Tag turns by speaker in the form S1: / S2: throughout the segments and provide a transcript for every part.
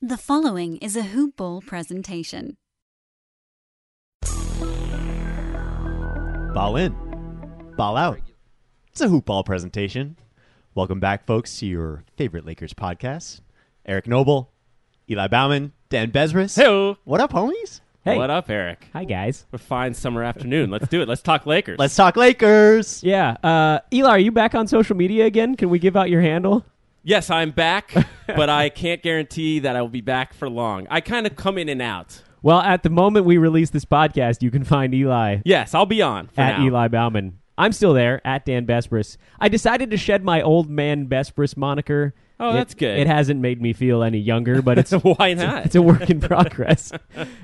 S1: The following is a Hoop Ball presentation.
S2: Ball in, ball out. It's a hoop ball presentation. Welcome back, folks, to your favorite Lakers podcast. Eric Noble, Eli Bauman, Dan Bezris.
S3: Hey,
S2: What up, homies?
S4: Hey.
S3: what up, Eric?
S4: Hi, guys.
S3: A fine summer afternoon. Let's do it. Let's talk Lakers.
S2: Let's talk Lakers.
S4: Yeah. Uh, Eli, are you back on social media again? Can we give out your handle?
S3: Yes, I'm back, but I can't guarantee that I will be back for long. I kind of come in and out.
S4: Well, at the moment we release this podcast, you can find Eli
S3: Yes, I'll be on for
S4: at
S3: now.
S4: Eli Bauman. I'm still there at Dan Bespris. I decided to shed my old man Bespris moniker.
S3: Oh,
S4: It-
S3: that's good.
S4: It hasn't made me feel any younger, but it's
S3: Why
S4: it's a-
S3: not?
S4: It's a work in progress.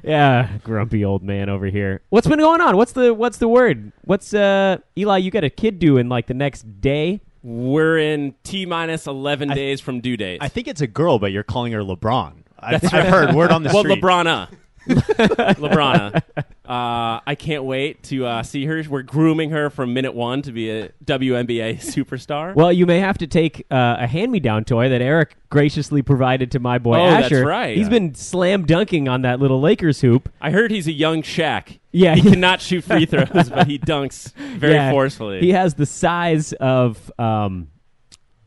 S4: yeah, grumpy old man over here. What's been going on? What's the what's the word? What's uh Eli? You got a kid due in like the next day?
S3: We're in T minus 11 days from due date.
S2: I think it's a girl, but you're calling her LeBron. I've, I've heard word on the
S3: well,
S2: street.
S3: LeBronna. LeBronna. Uh, I can't wait to uh, see her. We're grooming her from minute one to be a WNBA superstar.
S4: Well, you may have to take uh, a hand-me-down toy that Eric graciously provided to my boy
S3: Oh, that's
S4: Asher.
S3: right.
S4: He's been slam dunking on that little Lakers hoop.
S3: I heard he's a young Shaq.
S4: Yeah.
S3: He cannot shoot free throws, but he dunks very
S4: Yeah,
S3: forcefully.
S4: He has the size of, um,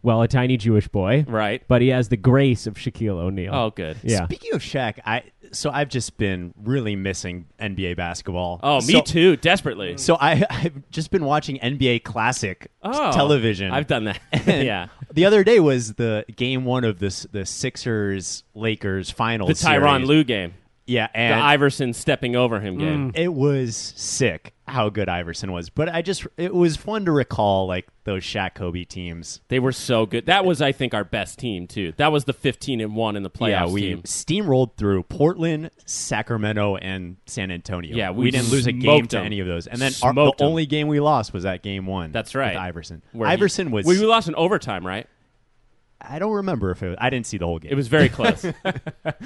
S4: well, a tiny Jewish boy,
S3: right.
S4: but he has the grace of Shaquille O'Neal.
S3: Oh, good.
S4: yeah.
S2: Speaking of Shaq, I so I've just been really missing NBA basketball.
S3: Oh, me
S2: So-
S3: too, desperately.
S4: Mm.
S2: So I, I've just been watching NBA classic
S3: Oh,
S2: television.
S3: I've done that.
S2: And
S3: yeah.
S2: The other day was the game one of the the Sixers Lakers final.
S3: The Tyron
S2: series.
S3: Lou game.
S2: Yeah,
S3: The
S2: and
S3: Iverson stepping over him
S4: Mm.
S3: game.
S2: it was sick how good Iverson was. But I just it was fun to recall like those Shaq Kobe teams.
S3: They were so good. That was, I think, our best team too. That was the fifteen and one in the playoffs
S2: yeah, we
S3: team.
S2: steamrolled through Portland, Sacramento, and San Antonio.
S3: Yeah,
S2: we,
S3: we
S2: didn't lose a
S3: smoked
S2: game to
S3: them.
S2: any of those. And then our, the
S3: Smoked them.
S2: only game we lost was that game one.
S3: That's right.
S2: with Iverson.
S3: Where he-
S2: Iverson was.
S3: We lost in overtime, right?
S2: I don't remember if it. Was, I didn't see the whole game.
S3: It was very close. Oh,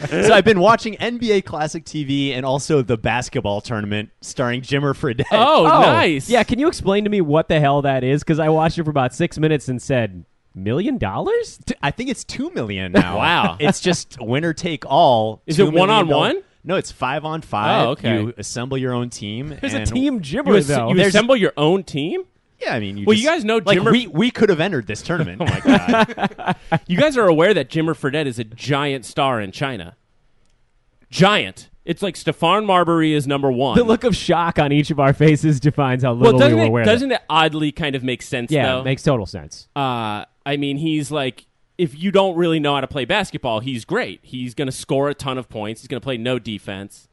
S2: so I've been watching NBA Classic TV and also the basketball tournament starring Jimmer Fredette.
S3: oh,
S4: Oh,
S3: nice.
S4: Yeah, can you explain to me what the hell that is? Because I watched it for about six minutes and said, million dollars?
S2: T- I think it's two million now.
S3: Wow.
S2: it's just winner take all.
S3: Is
S2: $2
S3: it
S2: million
S3: one on one?
S2: No, it's five on five.
S3: Oh, okay.
S2: You assemble your own team.
S4: There's a
S2: and-
S4: team
S3: You,
S4: gibber,
S3: ass-
S4: though.
S3: you
S4: There's-
S3: assemble your own team.
S2: Yeah, I mean, you
S3: Well,
S2: just-
S3: you guys know
S2: like,
S3: Jimmer-
S2: We we could have entered this tournament. oh my god!
S3: You guys are aware that Jimmer Fredette is a giant star in China. Giant. It's like Stefan Marbury is number one.
S4: the look of shock on each of our faces defines how
S3: well,
S4: little
S3: doesn't
S4: we were aware
S3: it
S4: of it.
S3: doesn't it oddly kind of make sense
S4: Yeah,
S3: though?
S4: it makes total sense.
S3: uh, I mean, he's like, if you don't really know how to play basketball, he's great. He's going to score a ton of points. He's going to play no defense.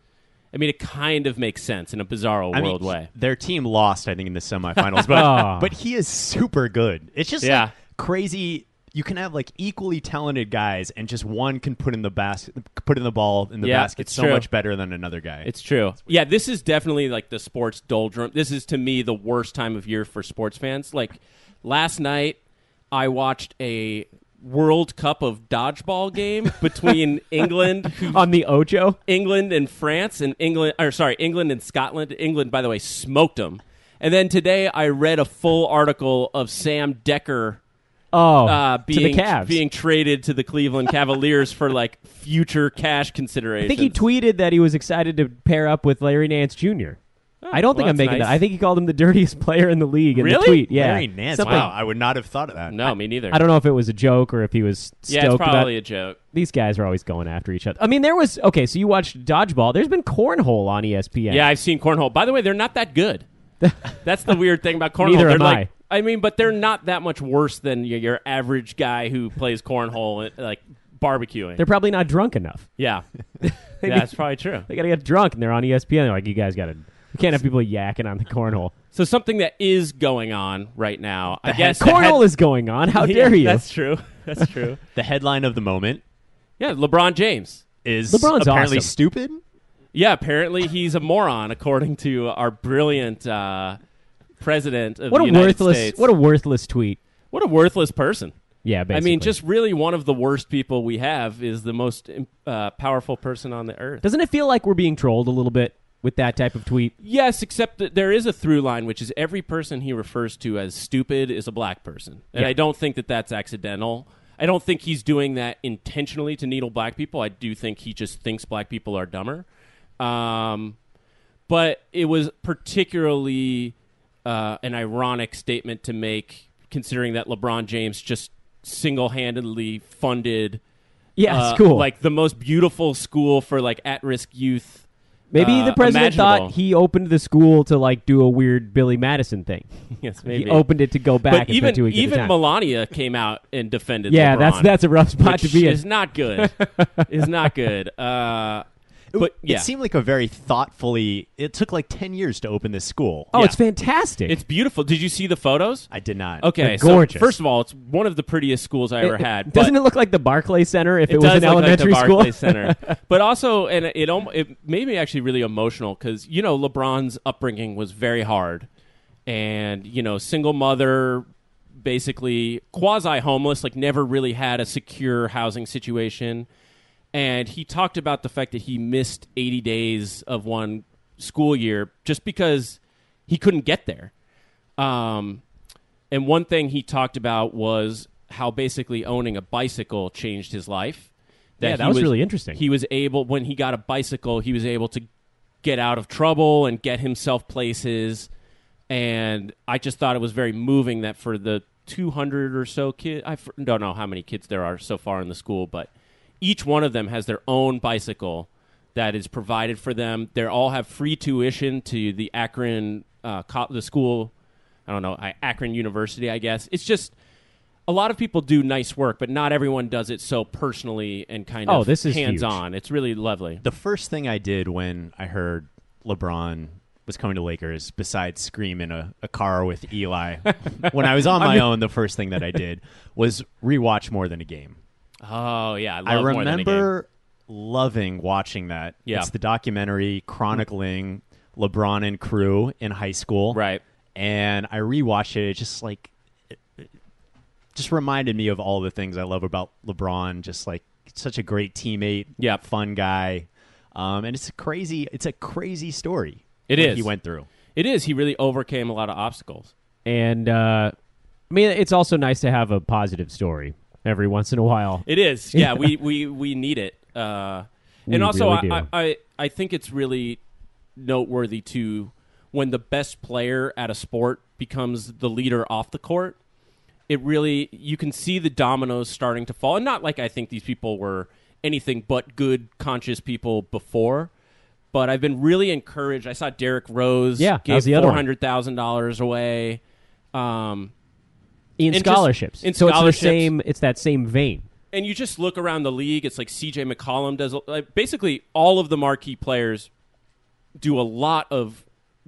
S3: I mean, it kind of makes sense in a bizarro
S2: I mean,
S3: world way.
S2: their team lost, I think, in the semifinals, but
S4: Oh.
S2: but he is super good. It's just like,
S3: Yeah.
S2: crazy. You can have like equally talented guys, and just one can put in the basket, put in the ball in the
S3: Yeah,
S2: basket
S3: it's
S2: so
S3: true.
S2: much better than another guy.
S3: It's true. Yeah, this is definitely like the sports doldrum. This is to me the worst time of year for sports fans. Like last night, I watched a World Cup of dodgeball game between England, who
S4: on the Ocho.
S3: England and France and England or sorry, England and Scotland. England by the way smoked them. And then today I read a full article of Sam Decker
S4: Oh,
S3: uh, being
S4: to the Cavs.
S3: being traded to the Cleveland Cavaliers for like future cash
S4: I
S3: consideration.
S4: think he tweeted that he was excited to pair up with Larry Nance Jr. I don't
S3: Oh,
S4: think
S3: well,
S4: I'm
S3: that's
S4: making that.
S3: nice.
S4: I think he called him the dirtiest player in the league in the
S3: Really?
S4: tweet. Yeah,
S2: Larry Nance.
S4: Something-
S2: Wow, I would not have thought of that.
S3: no, me neither.
S4: I don't know if it was a joke or if he was stoked
S3: yeah, it's
S4: about
S3: probably a joke.
S4: these guys are always going after each other. I mean, there was okay. So you watched dodgeball. There's been cornhole on E ESPN.
S3: Yeah. I've seen cornhole. By the way, they're not that good. That's the weird thing about cornhole.
S4: Neither
S3: they're
S4: am
S3: like, I. mean, but they're not that much worse than your, your average guy who plays cornhole and like barbecuing.
S4: they're probably not drunk enough.
S3: yeah, yeah, that's probably true.
S4: They gotta get drunk, and they're on E ESPN. They're like, you guys gotta. You can't have people yakking on the cornhole.
S3: So something that is going on right now, I guess.
S4: cornhole is going on. How dare you?
S3: That's true. That's true.
S2: The headline of the moment
S3: yeah, LeBron James.
S2: is
S4: LeBron's
S2: apparently
S4: awesome.
S2: stupid.
S3: Yeah, apparently he's a moron, according to our brilliant uh, president of
S4: what
S3: the
S4: a
S3: United
S4: worthless.
S3: States.
S4: What a worthless tweet.
S3: what a worthless person.
S4: Yeah,
S3: I
S4: basically.
S3: mean, just really one of the worst people we have is the most um, uh, powerful person on the earth.
S4: Doesn't it feel like we're being trolled a little bit with that type of tweet?
S3: Yes, except that there is a through line, which is every person he refers to as stupid is a black person. And
S4: Yeah.
S3: I don't think that that's accidental. I don't think he's doing that intentionally to needle black people. I do think he just thinks black people are dumber. Um, but it was particularly uh, an ironic statement to make, considering that LeBron James just single handedly funded.
S4: Yeah,
S3: uh,
S4: it's cool.
S3: Like the most beautiful school for like at risk youth.
S4: Maybe
S3: uh,
S4: the president
S3: imaginable.
S4: thought he opened the school to like do a weird Billy Madison thing.
S3: Yes,
S4: He opened it to go back.
S3: But
S4: and
S3: even
S4: spend two weeks at a
S3: even
S4: time.
S3: Melania came out and defended.
S4: yeah,
S3: LeBron,
S4: that's that's a rough spot to
S3: which
S4: be in.
S3: Is not good. is not good. Uh, but yeah,
S2: It seemed like a very thoughtfully. It took like ten years to open this school.
S4: oh,
S3: yeah.
S4: it's fantastic.
S3: it's beautiful. Did you see the photos?
S2: I did not.
S3: Okay,
S4: They're
S3: so
S4: gorgeous.
S3: first of all, it's one of the prettiest schools I ever
S4: It-
S3: had.
S4: Doesn't
S3: but
S4: it look like the Barclay Center if it,
S3: it
S4: was
S3: does
S4: an
S3: look
S4: elementary
S3: like the
S4: school?
S3: Barclay Center, but also, and it it, almo- it made me actually really emotional because you know LeBron's upbringing was very hard, and you know single mother, basically quasi homeless, like never really had a secure housing situation, and he talked about the fact that he missed 80 days of one school year just because he couldn't get there. Um, and one thing he talked about was how basically owning a bicycle changed his life.
S4: Yeah, that
S3: he
S4: was really interesting.
S3: He was able when he got a bicycle, he was able to get out of trouble and get himself places. And I just thought it was very moving that for the 200 or so kids, I f- don't know how many kids there are so far in the school, but each one of them has their own bicycle that is provided for them. They all have free tuition to the Akron, uh, co- the school I don't know, I, Akron University, I guess. It's just a lot of people do nice work, but not everyone does it so personally and kind
S4: Oh,
S3: of
S4: this is huge.
S3: hands on. It's really lovely.
S2: The first thing I did when I heard LeBron was coming to Lakers, besides scream in a, a car with Eli, when I was on my own, the first thing that I did was rewatch more than a game.
S3: Oh yeah, I, love
S2: I
S3: More Than a Game.
S2: remember loving watching that.
S3: Yeah.
S2: It's the documentary chronicling LeBron and crew in high school.
S3: Right.
S2: And I rewatched it. It just like it- it just reminded me of all the things I love about LeBron. Just like such a great teammate.
S3: Yeah.
S2: Fun guy. Um, and it's a crazy. It's a crazy story.
S3: It
S2: It is
S3: is.
S2: he went through.
S3: It is. He really overcame a lot of obstacles.
S4: and uh, I mean, it's also nice to have a positive story every once in a while.
S3: It is. Yeah, we we we need it. Uh,
S4: We
S3: and also,
S4: really
S3: I,
S4: do.
S3: I, I I think it's really noteworthy too when the best player at a sport becomes the leader off the court. It really you can see the dominoes starting to fall, and not like I think these people were anything but good, conscious people before. But I've been really encouraged. I saw Derek Rose
S4: Yeah, that
S3: gave
S4: was the other
S3: four
S4: one.
S3: hundred thousand dollars away. Um,
S4: in
S3: And just-
S4: scholarships.
S3: in
S4: so it's
S3: scholarships.
S4: the same. It's that same vein.
S3: and you just look around the league. It's like CJ McCollum does. Like basically, all of the marquee players do a lot of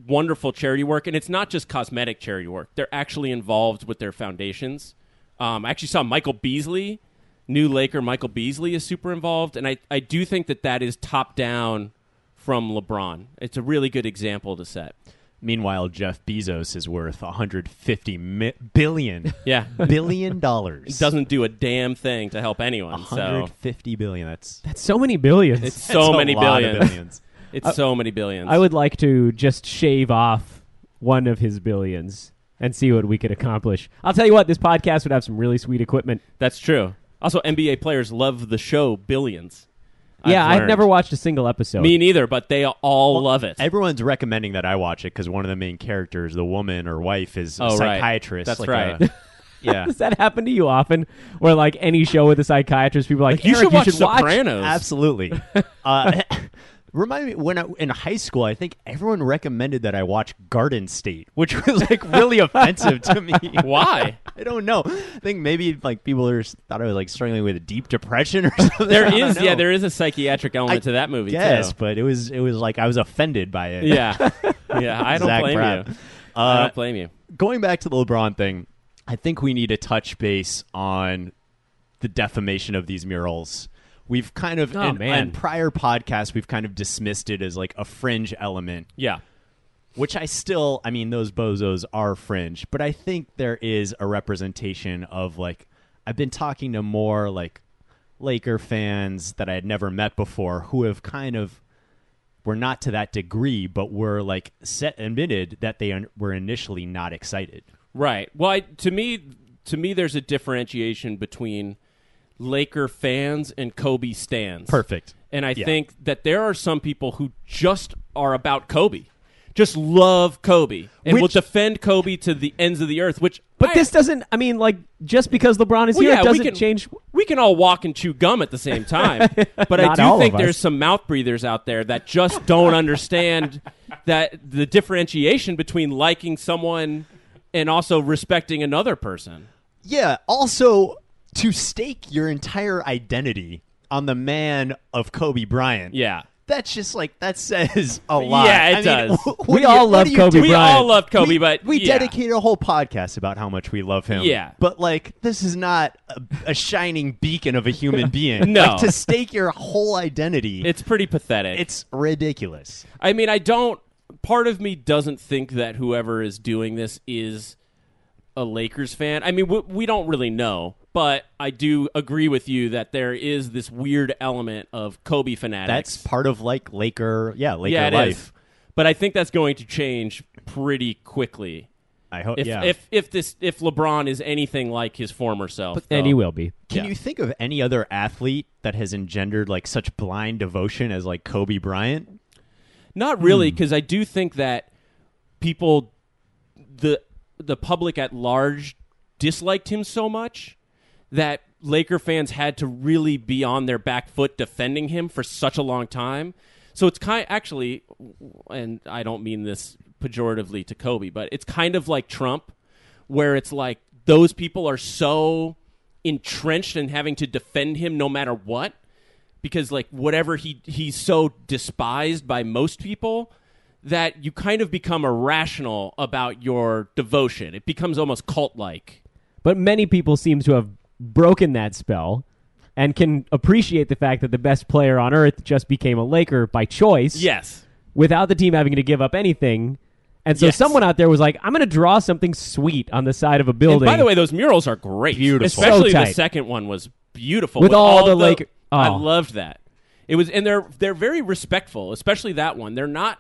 S3: wonderful charity work, and it's not just cosmetic charity work. They're actually involved with their foundations. Um, I actually saw Michael Beasley, new Laker Michael Beasley, is super involved, and I I do think that that is top down from LeBron. It's a really good example to set.
S2: Meanwhile, Jeff Bezos is worth 150 mi- billion
S3: Yeah.
S2: billion dollars.
S3: It doesn't do a damn thing to help anyone. So
S2: 150 billion. That's
S4: That's so many billions.
S3: it's so
S2: that's a
S3: many
S2: lot of
S3: billions.
S2: billions.
S3: It's so many billions.
S4: I would like to just shave off one of his billions and see what we could accomplish. I'll tell you what, this podcast would have some really sweet equipment.
S3: That's true. Also, NBA players love the show Billions.
S4: yeah, I've
S3: learned.
S4: never watched a single episode.
S3: Me neither, but they all love it.
S2: Everyone's recommending that I watch it because one of the main characters, the woman or wife, is a
S3: Oh, right.
S2: psychiatrist.
S3: That's
S2: like
S3: right.
S2: a- yeah,
S4: Does that happen to you often? Where like any show with a psychiatrist, people are like,
S3: you
S4: "Eric,
S3: should watch
S4: you should watch
S3: Sopranos.
S2: absolutely. Uh, remind me when I, in high school, I think everyone recommended that I watch Garden State, which was like really offensive to me.
S3: Why?
S2: I don't know. I think maybe like people are, thought I was like struggling with a deep depression or something.
S3: There
S2: I don't
S3: is, yeah,
S2: know.
S3: there is a psychiatric element
S2: I
S3: to that movie
S2: Yes,
S3: too.
S2: but it was it was like I was offended by it.
S3: Yeah, yeah. I don't
S2: Zach
S3: blame
S2: Braff.
S3: you. I
S2: Uh,
S3: don't blame you.
S2: going back to the LeBron thing, I think we need to touch base on the defamation of these murals. We've kind of
S4: Oh,
S2: in,
S4: man.
S2: in prior podcasts we've kind of dismissed it as like a fringe element,
S3: Yeah,
S2: which I still I mean those bozos are fringe, but I think there is a representation of like I've been talking to more like Laker fans that I had never met before who have kind of were not to that degree, but were like set admitted that they un- were initially not excited.
S3: right. Well, I, to me, to me, there's a differentiation between Laker fans and Kobe stands.
S2: Perfect.
S3: And I
S2: Yeah.
S3: think that there are some people who just are about Kobe, just love Kobe, and will
S2: Which-
S3: defend Kobe to the ends of the earth. Which,
S4: But
S3: I-
S4: this doesn't. I mean, like just because LeBron is
S3: Well,
S4: here,
S3: yeah,
S4: it
S3: we
S4: doesn't
S3: can-
S4: change.
S3: we can all walk and chew gum at the same time. But I
S4: Not
S3: do
S4: all
S3: think
S4: of
S3: there's
S4: us.
S3: some mouth breathers out there that just don't understand that the differentiation between liking someone and also respecting another person.
S2: Yeah. Also, to stake your entire identity on the man of Kobe Bryant.
S3: Yeah.
S2: That's just like that says a lot.
S3: Yeah, it
S2: I mean,
S3: does.
S2: wh- what
S4: We
S2: do you-
S4: all
S2: what
S4: love
S2: do you
S4: Kobe
S2: do?
S3: We
S4: Bryant.
S3: all love Kobe,
S2: We-
S3: but
S2: we
S3: yeah.
S2: dedicated a whole podcast about how much we love him.
S3: Yeah.
S2: but like this is not a, a shining beacon of a human being.
S3: No.
S2: like, to stake your whole identity,
S3: It's pretty pathetic.
S2: it's ridiculous.
S3: I mean, I don't. Part of me doesn't think that whoever is doing this is a Lakers fan. I mean, we, we don't really know, but I do agree with you that there is this weird element of Kobe fanatics.
S2: That's part of like Laker, yeah, Laker
S3: yeah, it is.
S2: life.
S3: But I think that's going to change pretty quickly.
S2: I hope.
S3: If
S2: Oh, yeah.
S3: if if this if LeBron is anything like his former self, though.
S4: And he will be.
S2: Can
S3: Yeah.
S2: you think of any other athlete that has engendered like such blind devotion as like Kobe Bryant?
S3: Not really, because I do think that people, the the public at large, disliked him so much that Laker fans had to really be on their back foot defending him for such a long time. So it's kind actually, and I don't mean this pejoratively to Kobe, but it's kind of like Trump, where it's like those people are so entrenched in having to defend him no matter what because like whatever he he's so despised by most people that you kind of become irrational about your devotion. It becomes almost cult like.
S4: But many people seem to have broken that spell and can appreciate the fact that the best player on earth just became a Laker by choice.
S3: Yes.
S4: without the team having to give up anything. And so
S3: Yes.
S4: someone out there was like, I'm going to draw something sweet on the side of a
S3: And
S4: building.
S3: by the way, those murals are great.
S2: Beautiful.
S3: Especially
S4: So
S3: the
S4: tight.
S3: second one was beautiful.
S4: With all the Laker- Oh.
S3: I loved that. It was and they're they're very respectful, especially that one. They're not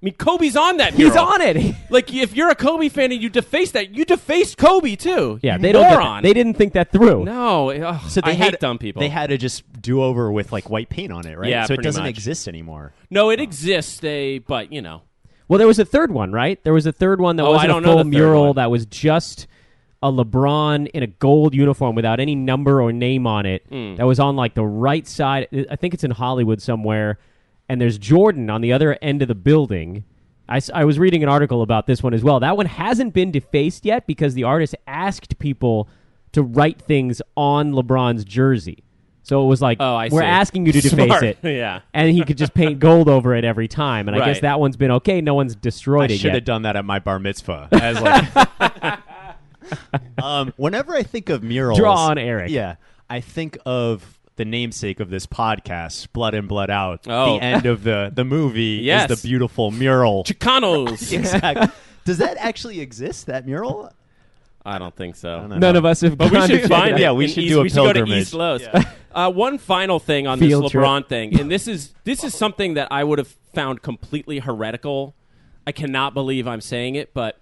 S3: I mean Kobe's on that
S4: he's
S3: mural.
S4: on it.
S3: Like if you're a Kobe fan and you deface that, you defaced Kobe too.
S4: yeah,
S3: You
S4: they don't. get
S3: moron.
S4: that. They didn't think that through.
S3: No, ugh, I
S2: had,
S3: hate dumb people.
S2: They had to just do over with like white paint on it, right?
S3: Yeah,
S2: so it
S3: pretty
S2: doesn't
S3: much.
S2: exist anymore.
S3: no, it exists. They, but you know,
S4: Well, there was a third one, right? There was a third one that
S3: Oh, I
S4: wasn't
S3: don't
S4: a
S3: know the
S4: full
S3: third
S4: mural
S3: one.
S4: that was just a LeBron in a gold uniform without any number or name on it.
S3: Hmm.
S4: That was on like the right side. I think it's in Hollywood somewhere. And there's Jordan on the other end of the building. I, s- I was reading an article about this one as well. That one hasn't been defaced yet because the artist asked people to write things on LeBron's jersey. So it was like,
S3: Oh, I
S4: we're
S3: see.
S4: asking you to deface
S3: Smart.
S4: it.
S3: Yeah.
S4: And he could just paint gold over it every time. And I guess
S3: Right.
S4: that one's been okay. No one's destroyed
S2: I
S4: it
S2: should
S4: yet.
S2: have done that at my bar mitzvah. As like, um, whenever I think of murals,
S4: Draw on Eric.
S2: Yeah, I think of the namesake of this podcast, Blood and Blood Out.
S3: Oh.
S2: The end of the the movie
S3: Yes.
S2: is the beautiful mural.
S3: Chicanos.
S2: exactly. Does that actually exist? That mural?
S3: I don't think so.
S2: don't know.
S4: None of us have
S3: But we
S4: gone to
S3: should
S4: check
S3: find
S4: it
S3: it.
S4: out.
S2: Yeah, we
S3: in
S2: should
S3: East-
S2: do a
S3: we should go to
S2: pilgrimage.
S3: East Los. Uh, one final thing on
S4: Field
S3: this
S4: trip.
S3: LeBron thing, and this is this is something that I would have found completely heretical. I cannot believe I'm saying it, but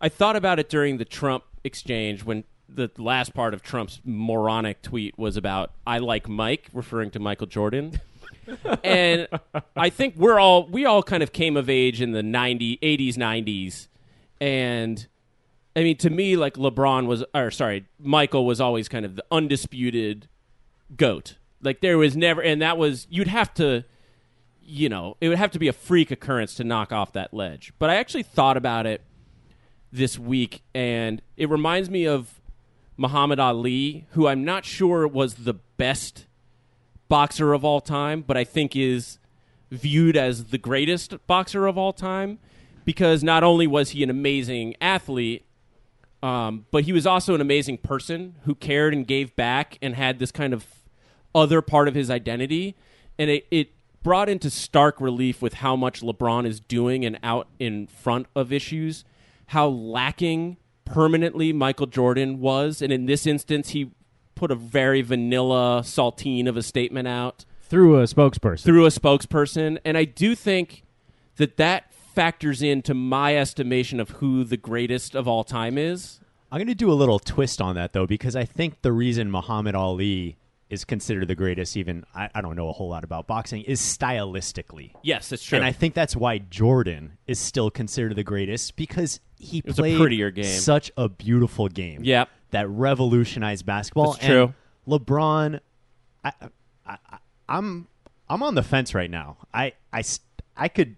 S3: I thought about it during the Trump exchange when the last part of Trump's moronic tweet was about "I like Mike," referring to Michael Jordan. and I think we're all we all kind of came of age in the 90, 80s, 90s, and I mean to me like LeBron was or sorry Michael was always kind of the undisputed goat. Like there was never, and that was you'd have to, you know, it would have to be a freak occurrence to knock off that ledge. But I actually thought about it this week, and it reminds me of Muhammad Ali, who I'm not sure was the best boxer of all time, but I think is viewed as the greatest boxer of all time because not only was he an amazing athlete, um, but he was also an amazing person who cared and gave back and had this kind of other part of his identity. And it, it brought into stark relief with how much LeBron is doing and out in front of issues, how lacking permanently Michael Jordan was. And in this instance, he put a very vanilla saltine of a statement out
S4: Through a spokesperson.
S3: through a spokesperson and i do think that that factors into my estimation of who the greatest of all time is
S2: I'm going to do a little twist on that though, because I think the reason Muhammad Ali is considered the greatest, even I, I don't know a whole lot about boxing, is stylistically.
S3: yes that's true
S2: And I think that's why Jordan is still considered the greatest because he
S3: was a
S2: played
S3: prettier game.
S2: such a beautiful game.
S3: Yep.
S2: That revolutionized basketball.
S3: That's true.
S2: And LeBron, I, I, I- I'm, I'm on the fence right now. I, I, s- I could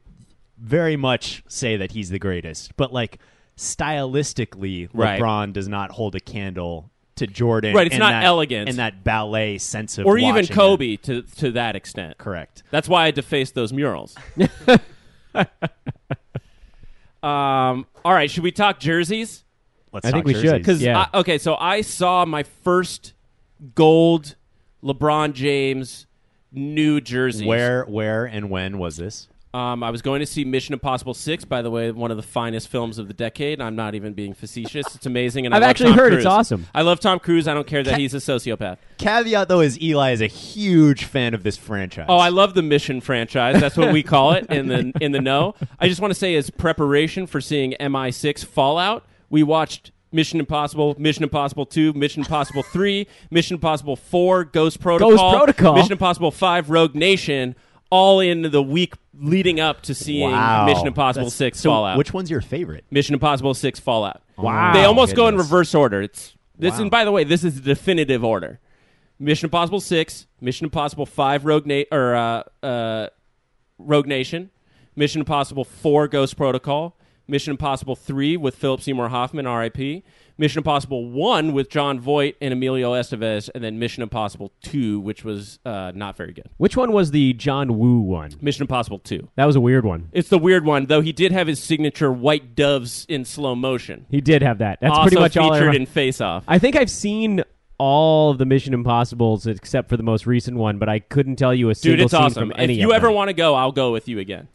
S2: very much say that he's the greatest, but like stylistically,
S3: Right.
S2: LeBron does not hold a candle to Jordan.
S3: Right, it's
S2: and
S3: not
S2: that-
S3: elegant.
S2: And that ballet sense of
S3: or even
S2: watching it.
S3: kobe to, to that extent
S2: Correct.
S3: that's why i defaced those murals um, all right should we talk jerseys
S2: Let's
S4: I
S2: talk
S4: think we should,
S2: jerseys.
S3: Because
S4: Yeah.
S3: okay, so I saw my first gold LeBron James new jersey.
S2: Where, where, and when was this?
S3: um, I was going to see Mission Impossible Six. By the way, one of the finest films of the decade. I'm not even being facetious. It's amazing, and I
S4: I've
S3: love
S4: actually
S3: Tom
S4: heard it's
S3: Cruise.
S4: awesome.
S3: I love Tom Cruise. I don't care that he's a sociopath.
S2: Caveat though is Eli is a huge fan of this franchise.
S3: Oh, I love the Mission franchise. That's what we call it in the in the know. I just want to say, as preparation for seeing MI6 Fallout, we watched Mission Impossible, Mission Impossible Two, Mission Impossible Three, Mission Impossible Four, Ghost Protocol,
S4: Protocol.
S3: Mission Impossible Five, Rogue Nation, all in the week leading up to seeing
S2: Wow.
S3: Mission Impossible
S2: That's-
S3: Six
S2: so
S3: Fallout.
S2: Which one's your favorite?
S3: Mission Impossible Six Fallout.
S2: Wow.
S3: They almost go in
S2: Oh, Goodness.
S3: reverse order. It's this,
S2: Wow.
S3: and by the way, this is the definitive order. Mission Impossible Six, Mission Impossible Five, Rogue Na- or uh, uh, Rogue Nation, Mission Impossible Four, Ghost Protocol, Mission Impossible Three with Philip Seymour Hoffman, R.I.P. Mission Impossible One with John Voight and Emilio Estevez, and then Mission Impossible Two, which was uh, not very good.
S4: Which one was the John Woo one?
S3: Mission Impossible Two.
S4: That was a weird one.
S3: It's the weird one, though. He did have his signature white doves in slow motion.
S4: He did have that. That's
S3: also
S4: pretty much
S3: featured
S4: all I remember.
S3: in Face Off.
S4: I think I've seen all of the Mission Impossibles except for the most recent one, but I couldn't tell you a single
S3: Dude, it's
S4: scene
S3: awesome.
S4: from any
S3: If
S4: of
S3: you ever
S4: them.
S3: want to go, I'll go with you again.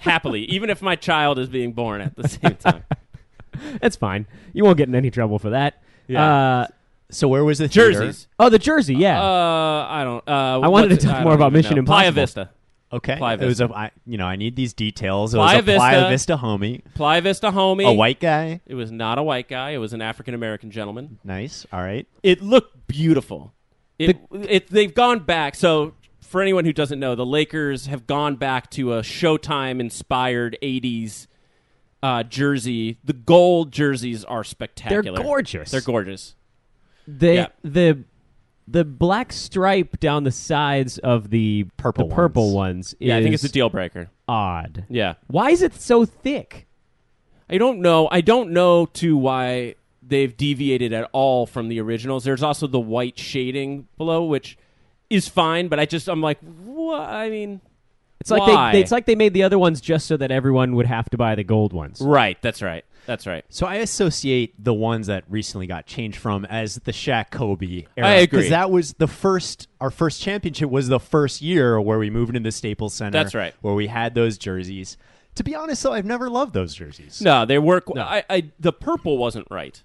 S3: Happily, even if my child is being born at the same time.
S4: That's fine. You won't get in any trouble for that.
S3: Yeah.
S4: Uh,
S2: So where was the theater?
S3: Jerseys.
S4: oh, the jersey,
S3: Uh,
S4: yeah.
S3: I don't. Uh,
S4: I wanted
S3: what's
S4: to
S3: it-
S4: talk
S3: I
S4: more
S3: don't
S4: about
S3: even
S4: Mission
S3: know. Playa
S4: Impossible.
S3: Vista.
S2: Okay,
S3: Playa
S2: it was a I, you know I need these details. It
S3: Playa
S2: was a Playa
S3: Vista.
S2: Vista homie,
S3: Playa Vista, homie.
S2: a white guy.
S3: It was not a white guy. It was an African American gentleman.
S2: Nice. All right.
S3: It looked beautiful. It, it. They've gone back. So for anyone who doesn't know, the Lakers have gone back to a Showtime inspired '80s uh, jersey. The gold jerseys are
S4: They're
S3: spectacular.
S4: gorgeous.
S3: They're gorgeous.
S4: the
S3: yeah.
S4: the the black stripe down the sides of the
S2: Purple
S4: the purple ones.
S3: Yeah, I think
S4: is
S3: it's a deal breaker.
S4: Odd.
S3: Yeah.
S4: Why is it so thick?
S3: I don't know. I don't know too why they've deviated at all from the originals. There's also the white shading below, which is fine, but I just I'm like, what? I mean,
S4: It's like
S3: Why?
S4: they it's like they made the other ones just so that everyone would have to buy the gold ones.
S3: Right. That's right. That's right.
S2: So I associate the ones that recently got changed from as the Shaq Kobe era.
S3: I agree.
S2: Because that was the first, our first championship was the first year where we moved into Staples Center.
S3: That's right.
S2: Where we had those jerseys. To be honest, though, I've never loved those jerseys.
S3: No, they work. I, I the purple wasn't right.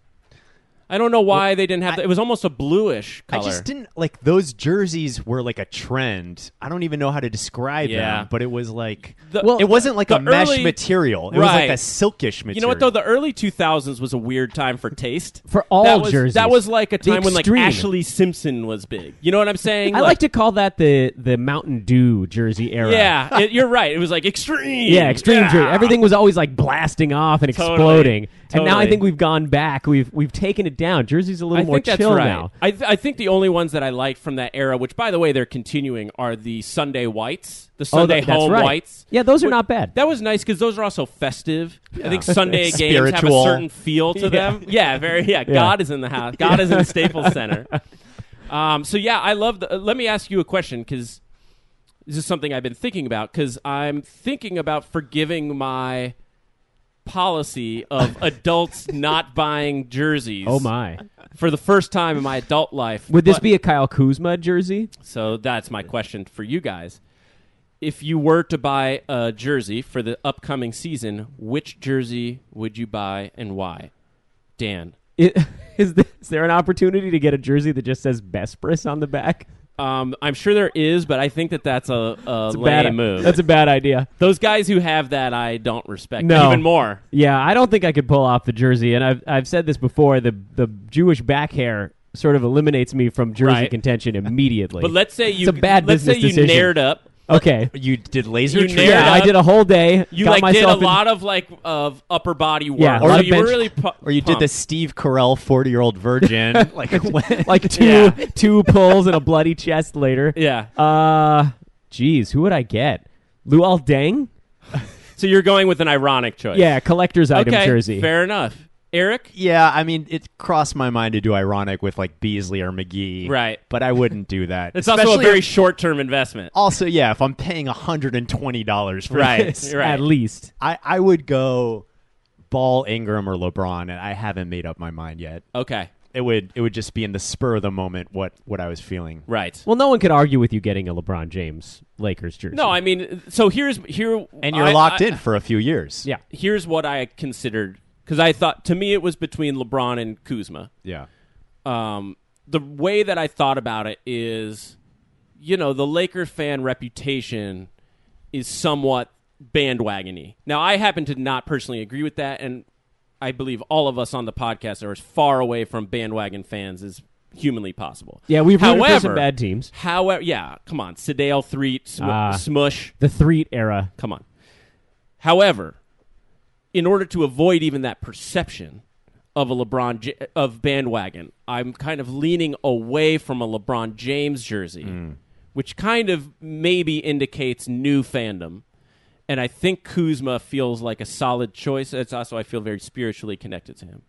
S3: I don't know why they didn't have. the- it was almost a bluish color.
S2: I just didn't like those jerseys were like a trend. I don't even know how to describe
S3: Yeah.
S2: them, but it was like
S3: The-
S2: well, it wasn't like
S3: the
S2: a mesh
S3: early-
S2: material. It was
S3: Right.
S2: like a silkish material.
S3: You know what though? The early 2000s was a weird time for taste
S4: For all
S3: that was,
S4: jerseys.
S3: That was like a
S4: The
S3: time when like
S4: extreme.
S3: Ashley Simpson was big. You know what I'm saying?
S4: I like to call that the the Mountain Dew jersey era.
S3: Yeah, it- you're right. It was like extreme.
S4: Yeah, extreme
S3: Yeah.
S4: jersey. Everything was always like blasting off and
S3: Totally.
S4: exploding. And now I
S3: Totally.
S4: think we've gone back. We've we've taken it down. Jersey's a little
S3: I
S4: more
S3: think that's
S4: chill
S3: right.
S4: now.
S3: I, th- I think the only ones that I like from that era, which by the way they're continuing, are the Sunday whites, the
S4: Oh,
S3: Sunday
S4: th- that's
S3: home
S4: right.
S3: whites.
S4: Yeah, those are
S3: Wh-
S4: not bad.
S3: That was nice because those are also festive. I think Sunday games have a
S2: Spiritual.
S3: certain feel to them. Yeah, very. Yeah, God is in the house. God is in Staples Center. Um, so yeah, I love. The, uh, let me ask you a question because this is something I've been thinking about because I'm thinking about forgiving my policy of adults not buying jerseys.
S4: oh my!
S3: For the first time in my adult life,
S4: Would this
S3: But-
S4: be a Kyle Kuzma jersey?
S3: so that's my question for you guys. If you were to buy a jersey for the upcoming season, which jersey would you buy and why? Dan.
S4: It, is, this, is there an opportunity to get a jersey that just says Bespris on the back?
S3: Um, I'm sure there is, but I think that that's a, a
S4: It's a
S3: lame
S4: bad
S3: move.
S4: That's a bad idea.
S3: Those guys who have that, I don't respect
S4: No.
S3: even more.
S4: Yeah, I don't think I could pull off the jersey, and I've I've said this before. The the Jewish back hair sort of eliminates me from jersey
S3: Right.
S4: contention immediately.
S3: But let's say you
S4: a bad
S3: let's say
S4: business
S3: you
S4: decision.
S3: nared up.
S4: okay,
S2: you did laser
S3: You
S2: treatment?
S3: nailed
S4: yeah,
S3: up.
S4: I did a whole day.
S3: You
S4: got
S3: like did a
S4: myself in-
S3: lot of like of upper body work.
S4: Yeah, a
S3: so
S4: lot of
S3: you were
S4: bench-
S3: really pu-
S2: or you did
S3: pumped.
S2: the Steve Carell forty year old virgin. like when,
S4: like two
S3: Yeah.
S4: two pulls and a bloody chest later.
S3: Yeah.
S4: Uh, geez, who would I get? Luol Deng?
S3: So you're going with an ironic choice.
S4: Yeah, collector's item
S3: Okay.
S4: jersey.
S3: Fair enough. Eric?
S2: Yeah, I mean, it crossed my mind to do ironic with like Beasley or McGee,
S3: Right.
S2: But I wouldn't do that.
S3: It's also a
S2: Especially
S3: very
S2: if-
S3: short term investment.
S2: also yeah. If I'm paying hundred and twenty dollars for
S3: Right.
S2: this,
S3: You're right.
S4: At least.
S2: I I would go Ball, Ingram, or LeBron, and I haven't made up my mind yet.
S3: Okay.
S2: It would it would just be in the spur of the moment what what I was feeling.
S3: Right.
S4: Well, no one could argue with you getting a LeBron James Lakers jersey.
S3: No, I mean, so here's here,
S2: And you're
S3: I-
S2: locked
S3: I-
S2: in for a few years.
S4: Yeah.
S3: Here's what I considered because I thought to me it was between LeBron and Kuzma.
S2: yeah.
S3: Um, the way that I thought about it is, you know, the Laker fan reputation is somewhat bandwagony. Now, I happen to not personally agree with that, and I believe all of us on the podcast are as far away from bandwagon fans as humanly possible.
S4: Yeah, we've rooted for
S3: however
S4: some bad teams.
S3: However, yeah, come on, Sedale three sm-
S4: Ah.
S3: smush.
S4: The Threet era.
S3: Come on. However, in order to avoid even that perception of a LeBron J- of bandwagon, I'm kind of leaning away from a LeBron James jersey,
S2: Mm.
S3: which kind of maybe indicates new fandom. And I think Kuzma feels like a solid choice. It's also I feel very spiritually connected to him.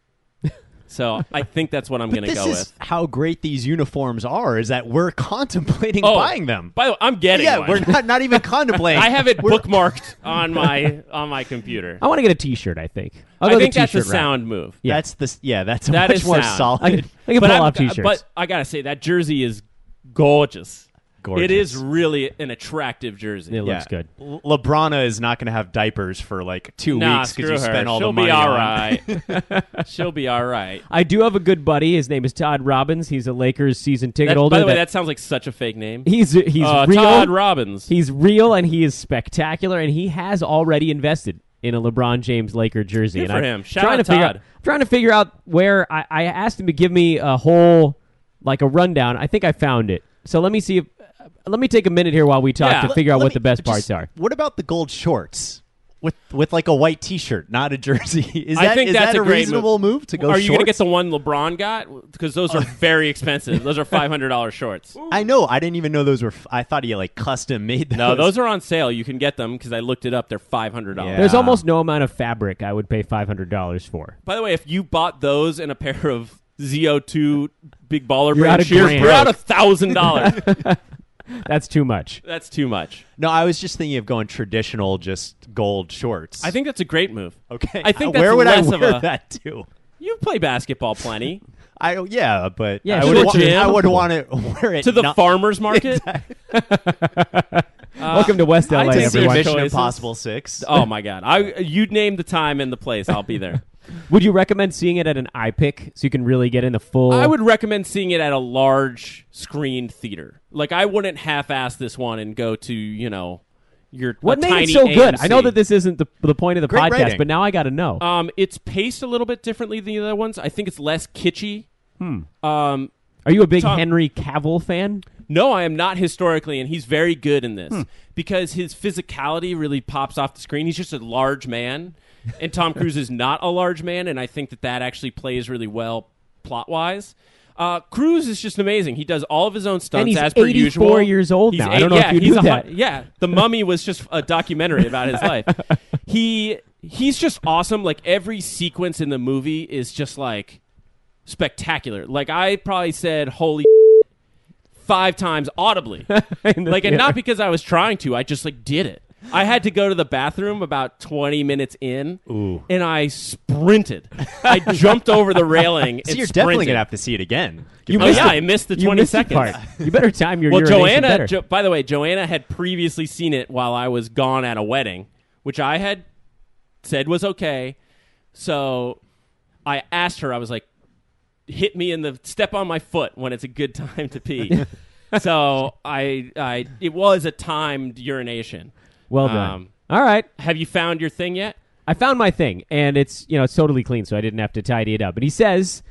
S3: So I think that's what I'm
S2: But
S3: going to
S2: this
S3: go
S2: is
S3: with.
S2: how great these uniforms are. Is that we're contemplating
S3: Oh,
S2: buying them?
S3: By the way, I'm getting
S2: yeah,
S3: one.
S2: we're not not even contemplating.
S3: I have it bookmarked on my on my computer.
S4: I want to get a T-shirt. I think. I'll
S3: I
S4: go
S3: think
S4: the
S3: that's a
S4: T-shirt route.
S3: sound move.
S4: Yeah.
S2: That's the yeah. That's a
S3: That
S2: much
S3: is
S2: more
S3: sound.
S2: solid.
S4: I can, I can pull
S3: I'm-
S4: off T-shirts.
S3: But I gotta say that jersey is gorgeous.
S2: Gorgeous.
S3: It is really an attractive jersey.
S4: it looks good.
S2: L- LeBrona is not going to have diapers for like two
S3: Nah,
S2: weeks
S3: screw
S2: you
S3: her.
S2: spent all the
S3: She'll
S2: money
S3: be all
S2: on-
S3: right. She'll be all right.
S4: I do have a good buddy. His name is Todd Robbins. He's a Lakers season ticket
S3: That,
S4: holder.
S3: by the way,
S4: that-
S3: that sounds like such a fake name.
S4: he's he's
S3: Uh,
S4: real.
S3: Todd Robbins.
S4: He's real and he is spectacular, and he has already invested in a LeBron James Laker jersey.
S3: Good
S4: and
S3: for
S4: I'm
S3: him. Shout
S4: trying
S3: out
S4: to figure
S3: Todd.
S4: out, I'm trying to figure out where I, I asked him to give me a whole like a rundown. I think I found it. So let me see if uh, let me take a minute here while we talk
S3: Yeah.
S4: to figure out
S2: Let
S4: what
S2: me-
S4: the best
S2: just-
S4: parts are.
S2: What about the gold shorts with with like a white T-shirt, not a jersey? Is
S3: I
S2: that,
S3: think
S2: is
S3: that's
S2: that
S3: a
S2: a,
S3: great
S2: reasonable move. to go?
S3: are you
S2: going to
S3: gonna get the one LeBron got? Because those are very expensive. Those are five hundred dollars shorts.
S2: I know. I didn't even know those were. F- I thought he like custom made those.
S3: No, those are on sale. You can get them because I looked it up. They're five hundred dollars.
S2: Yeah.
S4: There's almost no amount of fabric I would pay five hundred dollars for.
S3: By the way, if you bought those and a pair of ZO2 Big Baller
S4: You're out
S3: Brand
S4: of
S3: shoes,
S4: grand.
S3: you're out a thousand dollars.
S4: That's too much.
S3: That's too much.
S2: No, I was just thinking of going traditional, just gold shorts.
S3: I think that's a great move.
S2: Okay.
S3: I think
S2: where
S3: that's
S2: would
S3: less
S2: I
S3: of
S2: wear
S3: a-
S2: that to?
S3: You play basketball plenty
S2: I yeah, but
S4: Yeah,
S2: I would
S3: sure,
S2: wa-
S3: Jim.
S2: I would want to wear it
S3: to the
S2: not-
S3: farmers market.
S4: Welcome to West LA,
S3: I take the
S2: See
S4: everyone.
S2: Mission
S3: admission- Choices.
S2: Impossible Six.
S3: Oh my god! I you name the time and the place, I'll be there.
S4: Would you recommend seeing it at an iPic so you can really get in the full?
S3: I would recommend seeing it at a large screen theater. Like I wouldn't half-ass this one and go to you know your
S4: What
S3: a
S4: made
S3: tiny
S4: it so good? I know
S3: AMC.
S4: that this isn't the, the point of the
S2: Great
S4: podcast,
S2: writing.
S4: but now I got to know.
S3: um it's paced a little bit differently than the other ones. I think it's less kitschy. Hmm. Um,
S4: Are you a big
S3: Tom-
S4: Henry Cavill fan?
S3: No, I am not historically, and he's very good in
S4: Hmm.
S3: this because his physicality really pops off the screen. He's just a large man, and Tom Cruise is not a large man, and I think that that actually plays really well plot wise. Uh, Cruise is just amazing. He does all of his own stunts
S4: he's
S3: as per
S4: 84
S3: usual.
S4: years old
S3: He's
S4: now. I don't know
S3: yeah,
S4: if you
S3: he's
S4: knew
S3: a hun-
S4: that.
S3: Yeah, The Mummy was just a documentary about his life. He he's just awesome. Like every sequence in the movie is just like spectacular. Like I probably said, "Holy." Five times audibly like and not because I was trying to. I just like did it. I had to go to the bathroom about 20 minutes in, and I sprinted. I jumped over the railing.
S2: so
S3: and
S2: you're definitely
S3: sprinted.
S2: gonna have to see it again.
S4: You
S3: Oh,
S4: missed
S3: yeah,
S4: it.
S3: I missed the 20
S4: you missed the
S3: seconds.
S4: part. You better time your
S3: Well,
S4: urination
S3: Joanna.
S4: better.
S3: Jo- by the way, Joanna had previously seen it while I was gone at a wedding, which I had said was okay. So I asked her. I was like, "Hit me in the step on my foot when it's a good time to pee." so I, I, it was a timed urination.
S4: well done.
S3: um,
S4: All right,
S3: Have you found your thing yet?
S4: I found my thing, and it's you know it's totally clean, so I didn't have to tidy it up. But he says,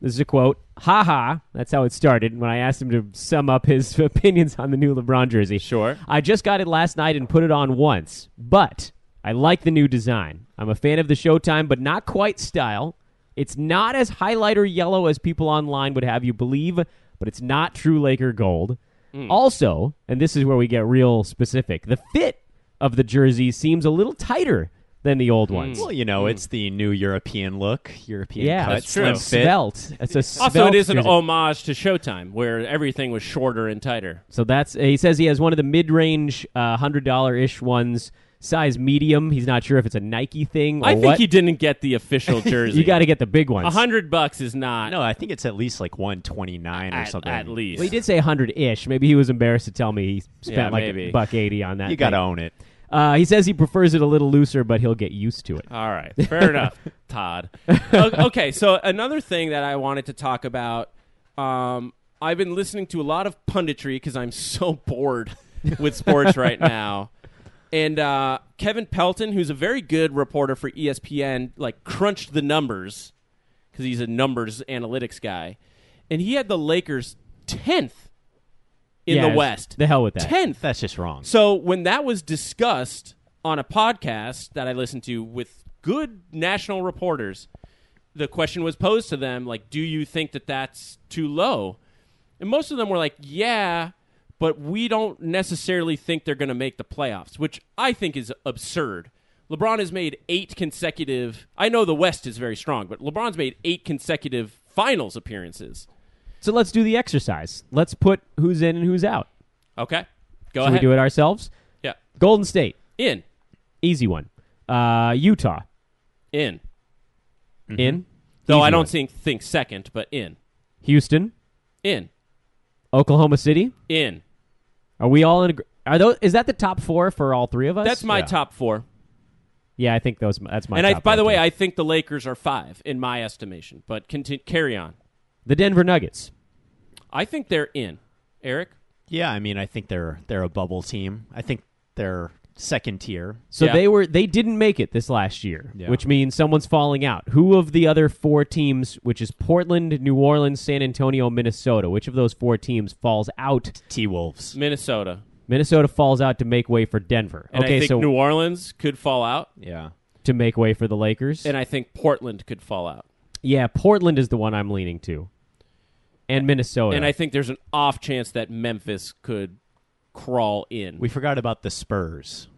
S4: "This is a quote." Ha ha. That's how it started. When I asked him to sum up his opinions on the new LeBron jersey,
S3: Sure.
S4: I just got it last night and put it on once, but I like the new design. I'm a fan of the Showtime, but not quite style. It's not as highlighter yellow as people online would have you believe, but it's not true Laker gold.
S2: Mm.
S4: Also, and this is where we get real specific, the fit of the jersey seems a little tighter than the old ones.
S2: Mm. Well, you
S3: Mm.
S2: know, it's the new European look, European
S4: yeah,
S2: cut,
S4: it's
S2: slim fit.
S4: svelte. It's a svelte
S3: Also, it is an
S4: jersey.
S3: homage to Showtime, where everything was shorter and tighter.
S4: So that's he says he has one of the mid-range uh, hundred dollar ish ones, size medium. He's not sure if it's a Nike thing. Or
S3: I think
S4: what.
S3: he didn't get the official jersey.
S4: You got to get the big ones.
S3: a hundred bucks is not
S2: No, I think it's at least like 129 or
S3: at,
S2: something.
S3: at least.
S4: Well, he did say hundred ish. Maybe he was embarrassed to tell me he spent
S3: Yeah,
S4: like
S3: maybe.
S4: a buck eighty on that.
S2: You got to
S4: thing.
S2: own it.
S4: Uh, he says he prefers it a little looser, but he'll get used to it.
S3: All right, fair enough, Todd. O- okay, so another thing that I wanted to talk about, um, I've been listening to a lot of punditry because I'm so bored with sports right now, and uh, Kevin Pelton, who's a very good reporter for E ESPN, like crunched the numbers because he's a numbers analytics guy, and he had the Lakers tenth in
S4: Yeah,
S3: the
S4: it's-
S3: West.
S4: The hell with that.
S3: Tenth.
S2: That's just wrong.
S3: So when that was discussed on a podcast that I listened to with good national reporters, the question was posed to them like, "Do you think that that's too low?" And most of them were like, "Yeah, but we don't necessarily think they're going to make the playoffs," which I think is absurd. LeBron has made 8 consecutive I know the West is very strong, but LeBron's made 8 consecutive finals appearances.
S4: So let's do the exercise. Let's put who's in and who's out.
S3: Okay? Go
S4: Should
S3: ahead.
S4: we do it ourselves?
S3: Yeah.
S4: Golden State,
S3: In.
S4: easy one. Uh, Utah,
S3: In. Mm-hmm.
S4: in.
S3: Though
S4: Easy
S3: I
S4: one.
S3: don't think think second, but in.
S4: Houston,
S3: In.
S4: Oklahoma City.
S3: In.
S4: Are we all in? Agr- are those? Is that the top four for all three of us?
S3: That's my
S2: Yeah.
S3: top four.
S4: Yeah, I think those. That's my.
S3: and I,
S4: top
S3: by the
S4: four,
S3: way,
S4: too.
S3: I think the Lakers are five in my estimation. But conti- carry on.
S4: the Denver Nuggets.
S3: I think they're in. Eric,
S2: Yeah, I mean, I think they're they're a bubble team. I think they're second tier.
S4: So
S3: Yeah.
S4: they were they didn't make it this last year,
S2: Yeah.
S4: which means someone's falling out. Who of the other four teams, which is Portland, New Orleans, San Antonio, Minnesota, which of those four teams falls out?
S2: T Wolves.
S3: Minnesota,
S4: Minnesota falls out to make way for Denver.
S3: and I
S4: okay,
S3: think
S4: so
S3: New Orleans could fall out,
S2: Yeah.
S4: to make way for the Lakers.
S3: and I think Portland could fall out,
S4: yeah, Portland is the one I'm leaning to. And Minnesota.
S3: and I think there's an off chance that Memphis could crawl in.
S2: We forgot about the Spurs.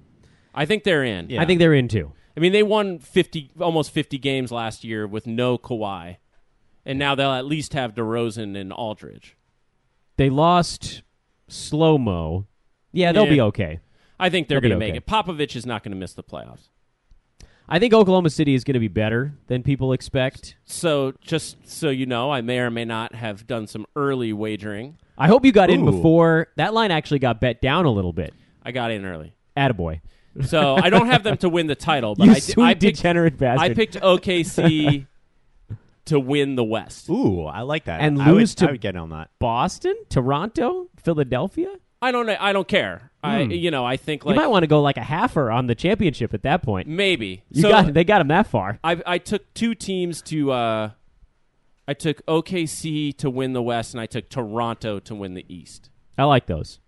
S3: I think they're in.
S2: Yeah.
S4: I think they're in too.
S3: I mean, they won fifty, almost fifty games last year with no Kawhi, and now they'll at least have DeRozan and Aldridge.
S4: They lost slow mo, yeah, they'll
S3: Yeah.
S4: be okay.
S3: I think they're
S4: They'll be
S3: going to make
S4: okay.
S3: it. Popovich is not going to miss the playoffs.
S4: I think Oklahoma City is going to be better than people expect.
S3: So just so you know, I may or may not have done some early wagering.
S4: I hope you got in
S2: Ooh.
S4: before that line actually got bet down a little bit.
S3: I got in early.
S4: Attaboy.
S3: So I don't have them to win the title, but
S4: You
S3: I, di- I
S4: sweet
S3: picked,
S4: degenerate bastard.
S3: I picked OKC to win the West.
S2: Ooh, I like that.
S4: And
S2: I would-
S4: lose to-
S2: I would get on that.
S4: Boston, Toronto, Philadelphia.
S3: I don't know. I don't care. I you know I think like
S4: Hmm. you might want to go like a halfer on the championship at that point.
S3: maybe
S4: You
S3: so
S4: got they got him that far.
S3: I I took two teams to uh, I took OKC to win the West and I took Toronto to win the East.
S4: I like those.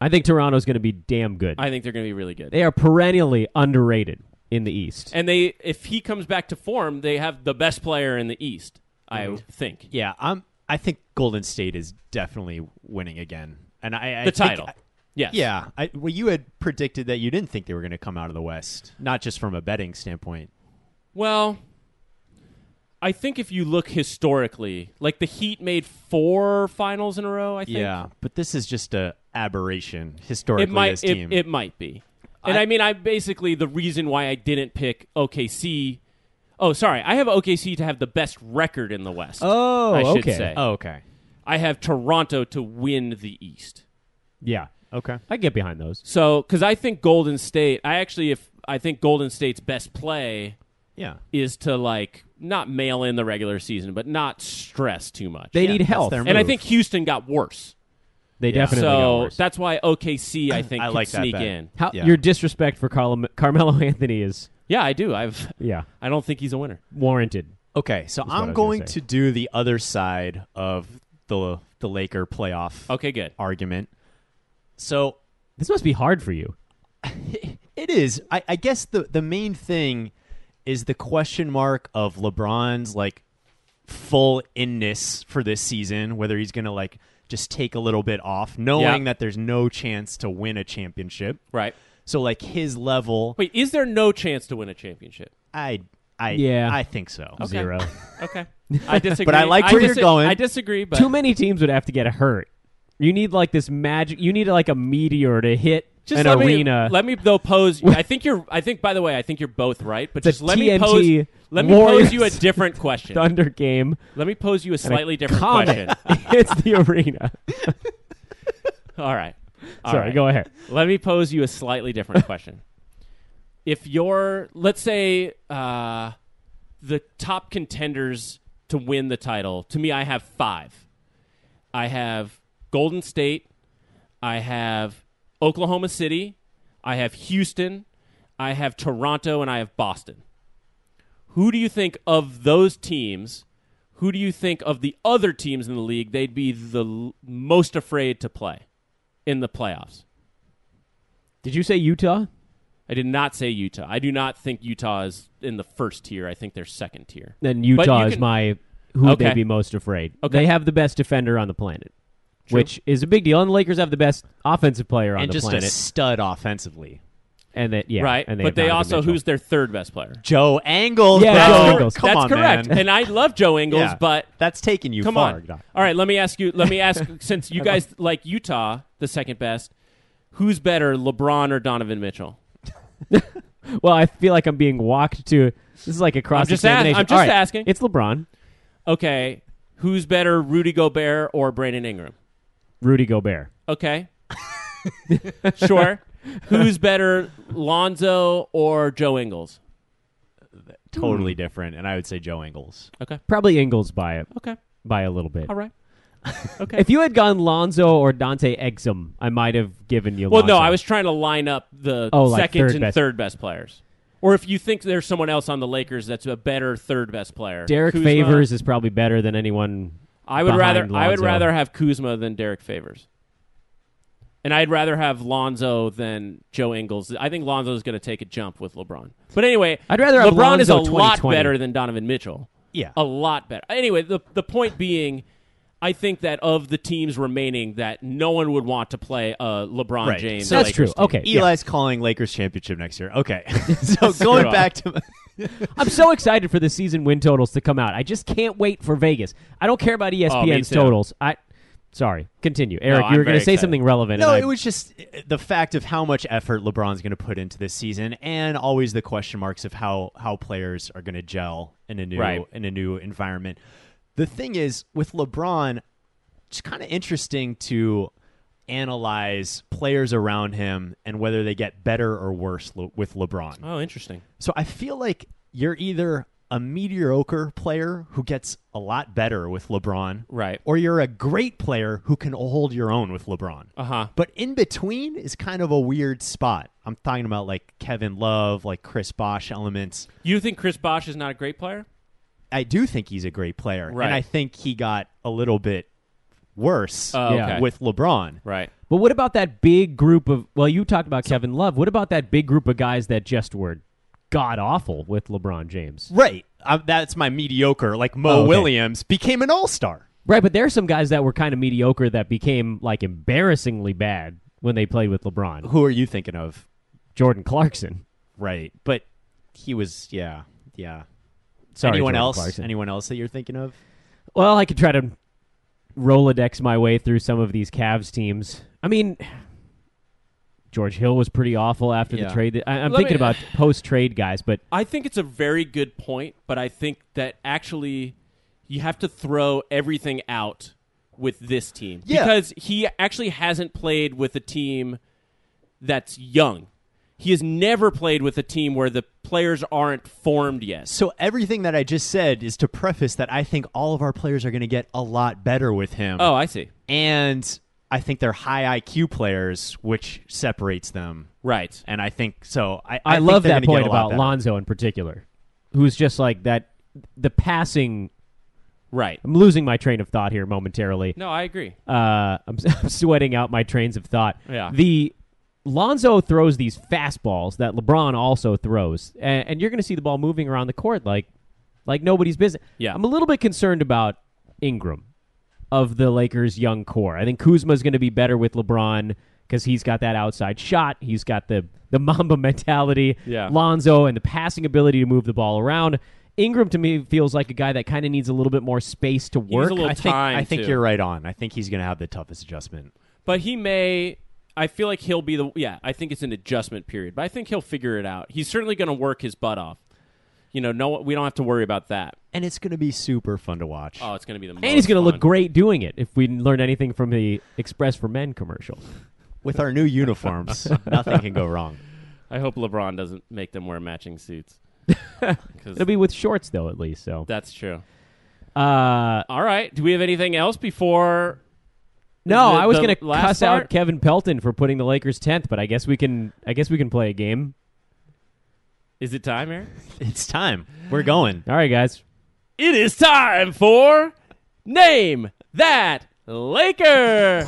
S4: I think Toronto's going to be damn good.
S3: I think they're going to be really good.
S4: they are perennially underrated in the East.
S3: and they if he comes back to form, they have the best player in the East.
S4: Hmm.
S3: I think.
S2: Yeah, I'm. I think Golden State is definitely winning again, and I, I
S3: The
S2: think-
S3: title. Yes.
S2: yeah, I, well, you had predicted that you didn't think they were going to come out of the West, not just from a betting standpoint.
S3: Well, I think if you look historically, like the Heat made four finals in a row. I think.
S2: Yeah, but this is just a aberration historically.
S3: it might
S2: this
S3: it,
S2: team.
S3: it might be and I, mean i basically the reason why i didn't pick okc oh sorry i have okc to have the best record in the west
S4: Oh,
S3: i should
S4: okay.
S3: say
S2: oh, okay,
S3: i have toronto to win the east
S4: yeah,
S2: okay.
S4: I get behind those.
S3: so because i think golden state i actually if i think golden state's best play
S2: Yeah,
S3: is to like not mail in the regular season but not stress too much
S4: They
S2: Yeah,
S4: need
S2: that's
S4: health.
S2: their
S4: And
S3: and i
S2: move.
S3: think houston got worse
S4: They
S2: Yeah.
S4: definitely got
S3: so
S4: worse.
S3: that's why okc i think
S2: I
S3: could
S2: like that
S3: sneak
S2: bet.
S3: in
S4: How,
S2: yeah.
S4: Your disrespect for Carlo, Carmelo Anthony is
S3: yeah i do i've
S4: yeah
S3: i don't think he's a winner
S4: warranted.
S2: Okay, so
S4: what I
S2: I'm
S4: was gonna
S2: going
S4: say.
S2: to do the other side of the the Laker playoff
S3: okay good
S2: argument. So
S4: This must be hard for you.
S2: It is. I, I guess the the main thing is the question mark of LeBron's like full inness for this season, whether he's gonna like just take a little bit off, knowing
S3: Yeah.
S2: that there's no chance to win a championship.
S3: right
S2: So like his level,
S3: Wait, is there no chance to win a championship?
S2: I I
S4: Yeah.
S2: I think so.
S4: Zero.
S3: Okay, I disagree.
S2: But I like where you're
S3: disa-
S2: going.
S3: I disagree, but
S4: Too many teams would have to get hurt. You need like this magic. You need like a meteor to hit
S3: just
S4: an
S3: let
S4: arena.
S3: Me, let me though pose. I think you're. I think by the way, I think you're both right. But
S4: The
S3: just let me
S4: TNT
S3: pose. Let me
S4: Warriors
S3: pose you a different question.
S4: Thunder game.
S3: Let me pose you a
S4: and a
S3: slightly different
S4: comet
S3: question.
S4: hits the arena.
S3: All right. All
S4: Sorry,
S3: right.
S4: go ahead.
S3: Let me pose you a slightly different question. if you're, let's say, uh, the top contenders to win the title, to me, I have five. I have Golden State. I have Oklahoma City. I have Houston. I have Toronto, and I have Boston. Who do you think of those teams? Who do you think of the other teams in the league they'd be the l- most afraid to play in the playoffs?
S4: Did you say Utah?
S3: I did not say Utah. I do not think Utah is in the first tier. I think they're second tier.
S4: Then
S3: you
S4: Utah is
S3: can-
S4: my who
S3: Okay.
S4: they'd be most afraid.
S3: Okay.
S4: They have the best defender on the planet, which is a big deal. And the Lakers have the best offensive player on
S2: And
S4: the
S2: just a
S4: planet.
S2: stud offensively.
S4: and that yeah,
S3: right?
S4: And
S3: but
S4: have
S3: they
S4: Donovan
S3: also
S4: Mitchell.
S3: who's their third best player?
S2: Joe Angles.
S4: Yeah,
S2: bro.
S4: Joe
S3: That's
S4: Ingles. Ingles.
S2: Come
S3: That's
S2: on,
S3: correct.
S2: man.
S3: And I love Joe Ingles,
S2: Yeah.
S3: but
S2: that's taking you
S3: come
S2: far.
S3: on.
S2: Doc.
S3: All right, let me ask you. Let me ask since you guys like Utah, the second best. Who's better, LeBron or Donovan Mitchell?
S4: Well, I feel like I'm being walked to. This is like a cross
S3: just ask- I'm just asking.
S4: It's LeBron,
S3: Okay, who's better, Rudy Gobert or Brandon Ingram?
S4: Rudy Gobert.
S3: Okay, sure. Who's better, Lonzo or Joe Ingles?
S2: Totally different. And I would say Joe Angles.
S3: Okay,
S4: Probably Ingles by it
S3: okay,
S4: by a little bit.
S3: all right.
S4: If you had gone Lonzo or Dante Exum, I might have given you.
S3: Well, no,
S4: Lonzo.
S3: I was trying to line up the
S4: Oh, like
S3: second
S4: third
S3: and
S4: best.
S3: third best players. Or if you think there's someone else on the Lakers that's a better third best player,
S4: Derek
S3: Kuzma.
S4: Favors is probably better than anyone.
S3: I would
S4: behind
S3: rather I would
S4: Lonzo.
S3: rather have Kuzma than Derek Favors, and I'd rather have Lonzo than Joe Ingles. I think Lonzo is going to take a jump with LeBron. But anyway,
S4: I'd rather have
S3: LeBron is a
S4: Lonzo
S3: lot
S4: 2020.
S3: better than Donovan Mitchell.
S2: Yeah.
S4: Oh,
S3: a lot better. Anyway, the the point being, I think that of the teams remaining, that no one would want to play uh, LeBron
S2: Right.
S3: James.
S2: So
S4: That's
S3: Lakers
S4: true.
S3: team.
S4: Okay, yeah.
S2: Eli's calling Lakers championship next year. Okay, so going
S3: off.
S2: back to
S4: I'm so excited for the E season win totals to come out. I just can't wait for Vegas. I don't care about ESPN's
S3: Oh, too.
S4: totals. I Sorry. Continue. Eric,
S3: I'm
S4: you were going
S3: very
S4: to say
S3: excited.
S4: something relevant.
S2: No,
S4: and I-
S2: it was just uh, the fact of how much effort LeBron's going to put into this season, and always the question marks of how how players are going to gel in a new
S3: Right.
S2: in a new environment. The thing is with LeBron, it's kind of interesting to analyze players around him and whether they get better or worse le- with LeBron.
S3: Oh, interesting.
S2: So I feel like you're either a mediocre player who gets a lot better with LeBron,
S3: Right.
S2: Or you're a great player who can hold your own with LeBron.
S3: Uh huh.
S2: But in between is kind of a weird spot. I'm talking about like Kevin Love, like Chris Bosh elements.
S3: You think Chris Bosch is not a great player?
S2: I do think he's a great player,
S3: Right.
S2: and I think he got a little bit worse
S3: Oh,
S4: Yeah.
S3: okay.
S2: with LeBron.
S3: right.
S4: but what about that big group of. Well, you talked about Kevin Love. What about that big group of guys that just were god awful with LeBron James?
S2: Right. Um, that's my mediocre. Like Mo
S4: Oh, okay.
S2: Williams became an All Star.
S4: Right, but there are some guys that were kind of mediocre that became like embarrassingly bad when they played with LeBron.
S2: Who are you thinking of?
S4: Jordan Clarkson.
S2: Right. But he was. Yeah. Yeah.
S4: Sorry,
S2: anyone
S4: Jordan
S2: else?
S4: Clarkson.
S2: Anyone else that you're thinking of?
S4: Well, I could try to Rolodex my way through some of these Cavs teams. I mean, George Hill was pretty awful after
S2: Yeah.
S4: the trade. I, I'm
S3: Let
S4: thinking
S3: me-
S4: about post trade guys, but
S3: I think it's a very good point, but I think that actually you have to throw everything out with this team
S2: Yeah.
S3: because he actually hasn't played with a team that's young. He has never played with a team where the players aren't formed yet.
S2: So everything that I just said is to preface that I think all of our players are going to get a lot better with him.
S3: Oh, I see.
S2: and I think they're high IQ players, which separates them.
S3: Right.
S2: And I think so. I,
S4: I,
S2: I think
S4: love
S2: they're
S4: that
S2: gonna get
S4: point
S2: a lot
S4: about
S2: better.
S4: Lonzo in particular, who's just like that. The passing.
S3: Right.
S4: I'm losing my train of thought here momentarily.
S3: No, I agree.
S4: Uh, I'm, I'm sweating out my trains of thought.
S3: Yeah.
S4: The Lonzo throws these fastballs that LeBron also throws, and, and you're going to see the ball moving around the court like, like nobody's business.
S3: Yeah.
S4: I'm a little bit concerned about Ingram of the Lakers' young core. I think Kuzma's going to be better with LeBron because he's got that outside shot. He's got the the Mamba mentality.
S3: Yeah.
S4: Lonzo and the passing ability to move the ball around. Ingram to me feels like a guy that kind of needs a little bit more space to
S3: needs
S4: work.
S3: a little
S2: I think,
S3: time,
S2: I think
S3: too.
S2: you're right on. I think he's going to have the toughest adjustment.
S3: But he may. I feel like he'll be the. Yeah, I think it's an adjustment period, but I think he'll figure it out. He's certainly going to work his butt off. You know, no, we don't have to worry about that.
S2: And it's going to be super fun to watch.
S3: Oh, it's going to be the.
S4: And he's going to look great doing it if we learn anything from the Express for Men commercial.
S2: With our new uniforms, nothing can go wrong.
S3: I hope LeBron doesn't make them wear matching suits. 'Cause
S4: It'll be with shorts, though, at least. So,
S3: that's true.
S4: uh,
S3: All right. Do we have anything else before?
S4: no,
S3: The-
S4: I was
S3: the
S4: going to
S3: last
S4: cuss
S3: part?
S4: out Kevin Pelton for putting the Lakers tenth, but I guess we can. I guess we can play a game.
S3: Is it time, Eric?
S2: It's time. We're going.
S4: All right, guys.
S3: It is time for name that Laker.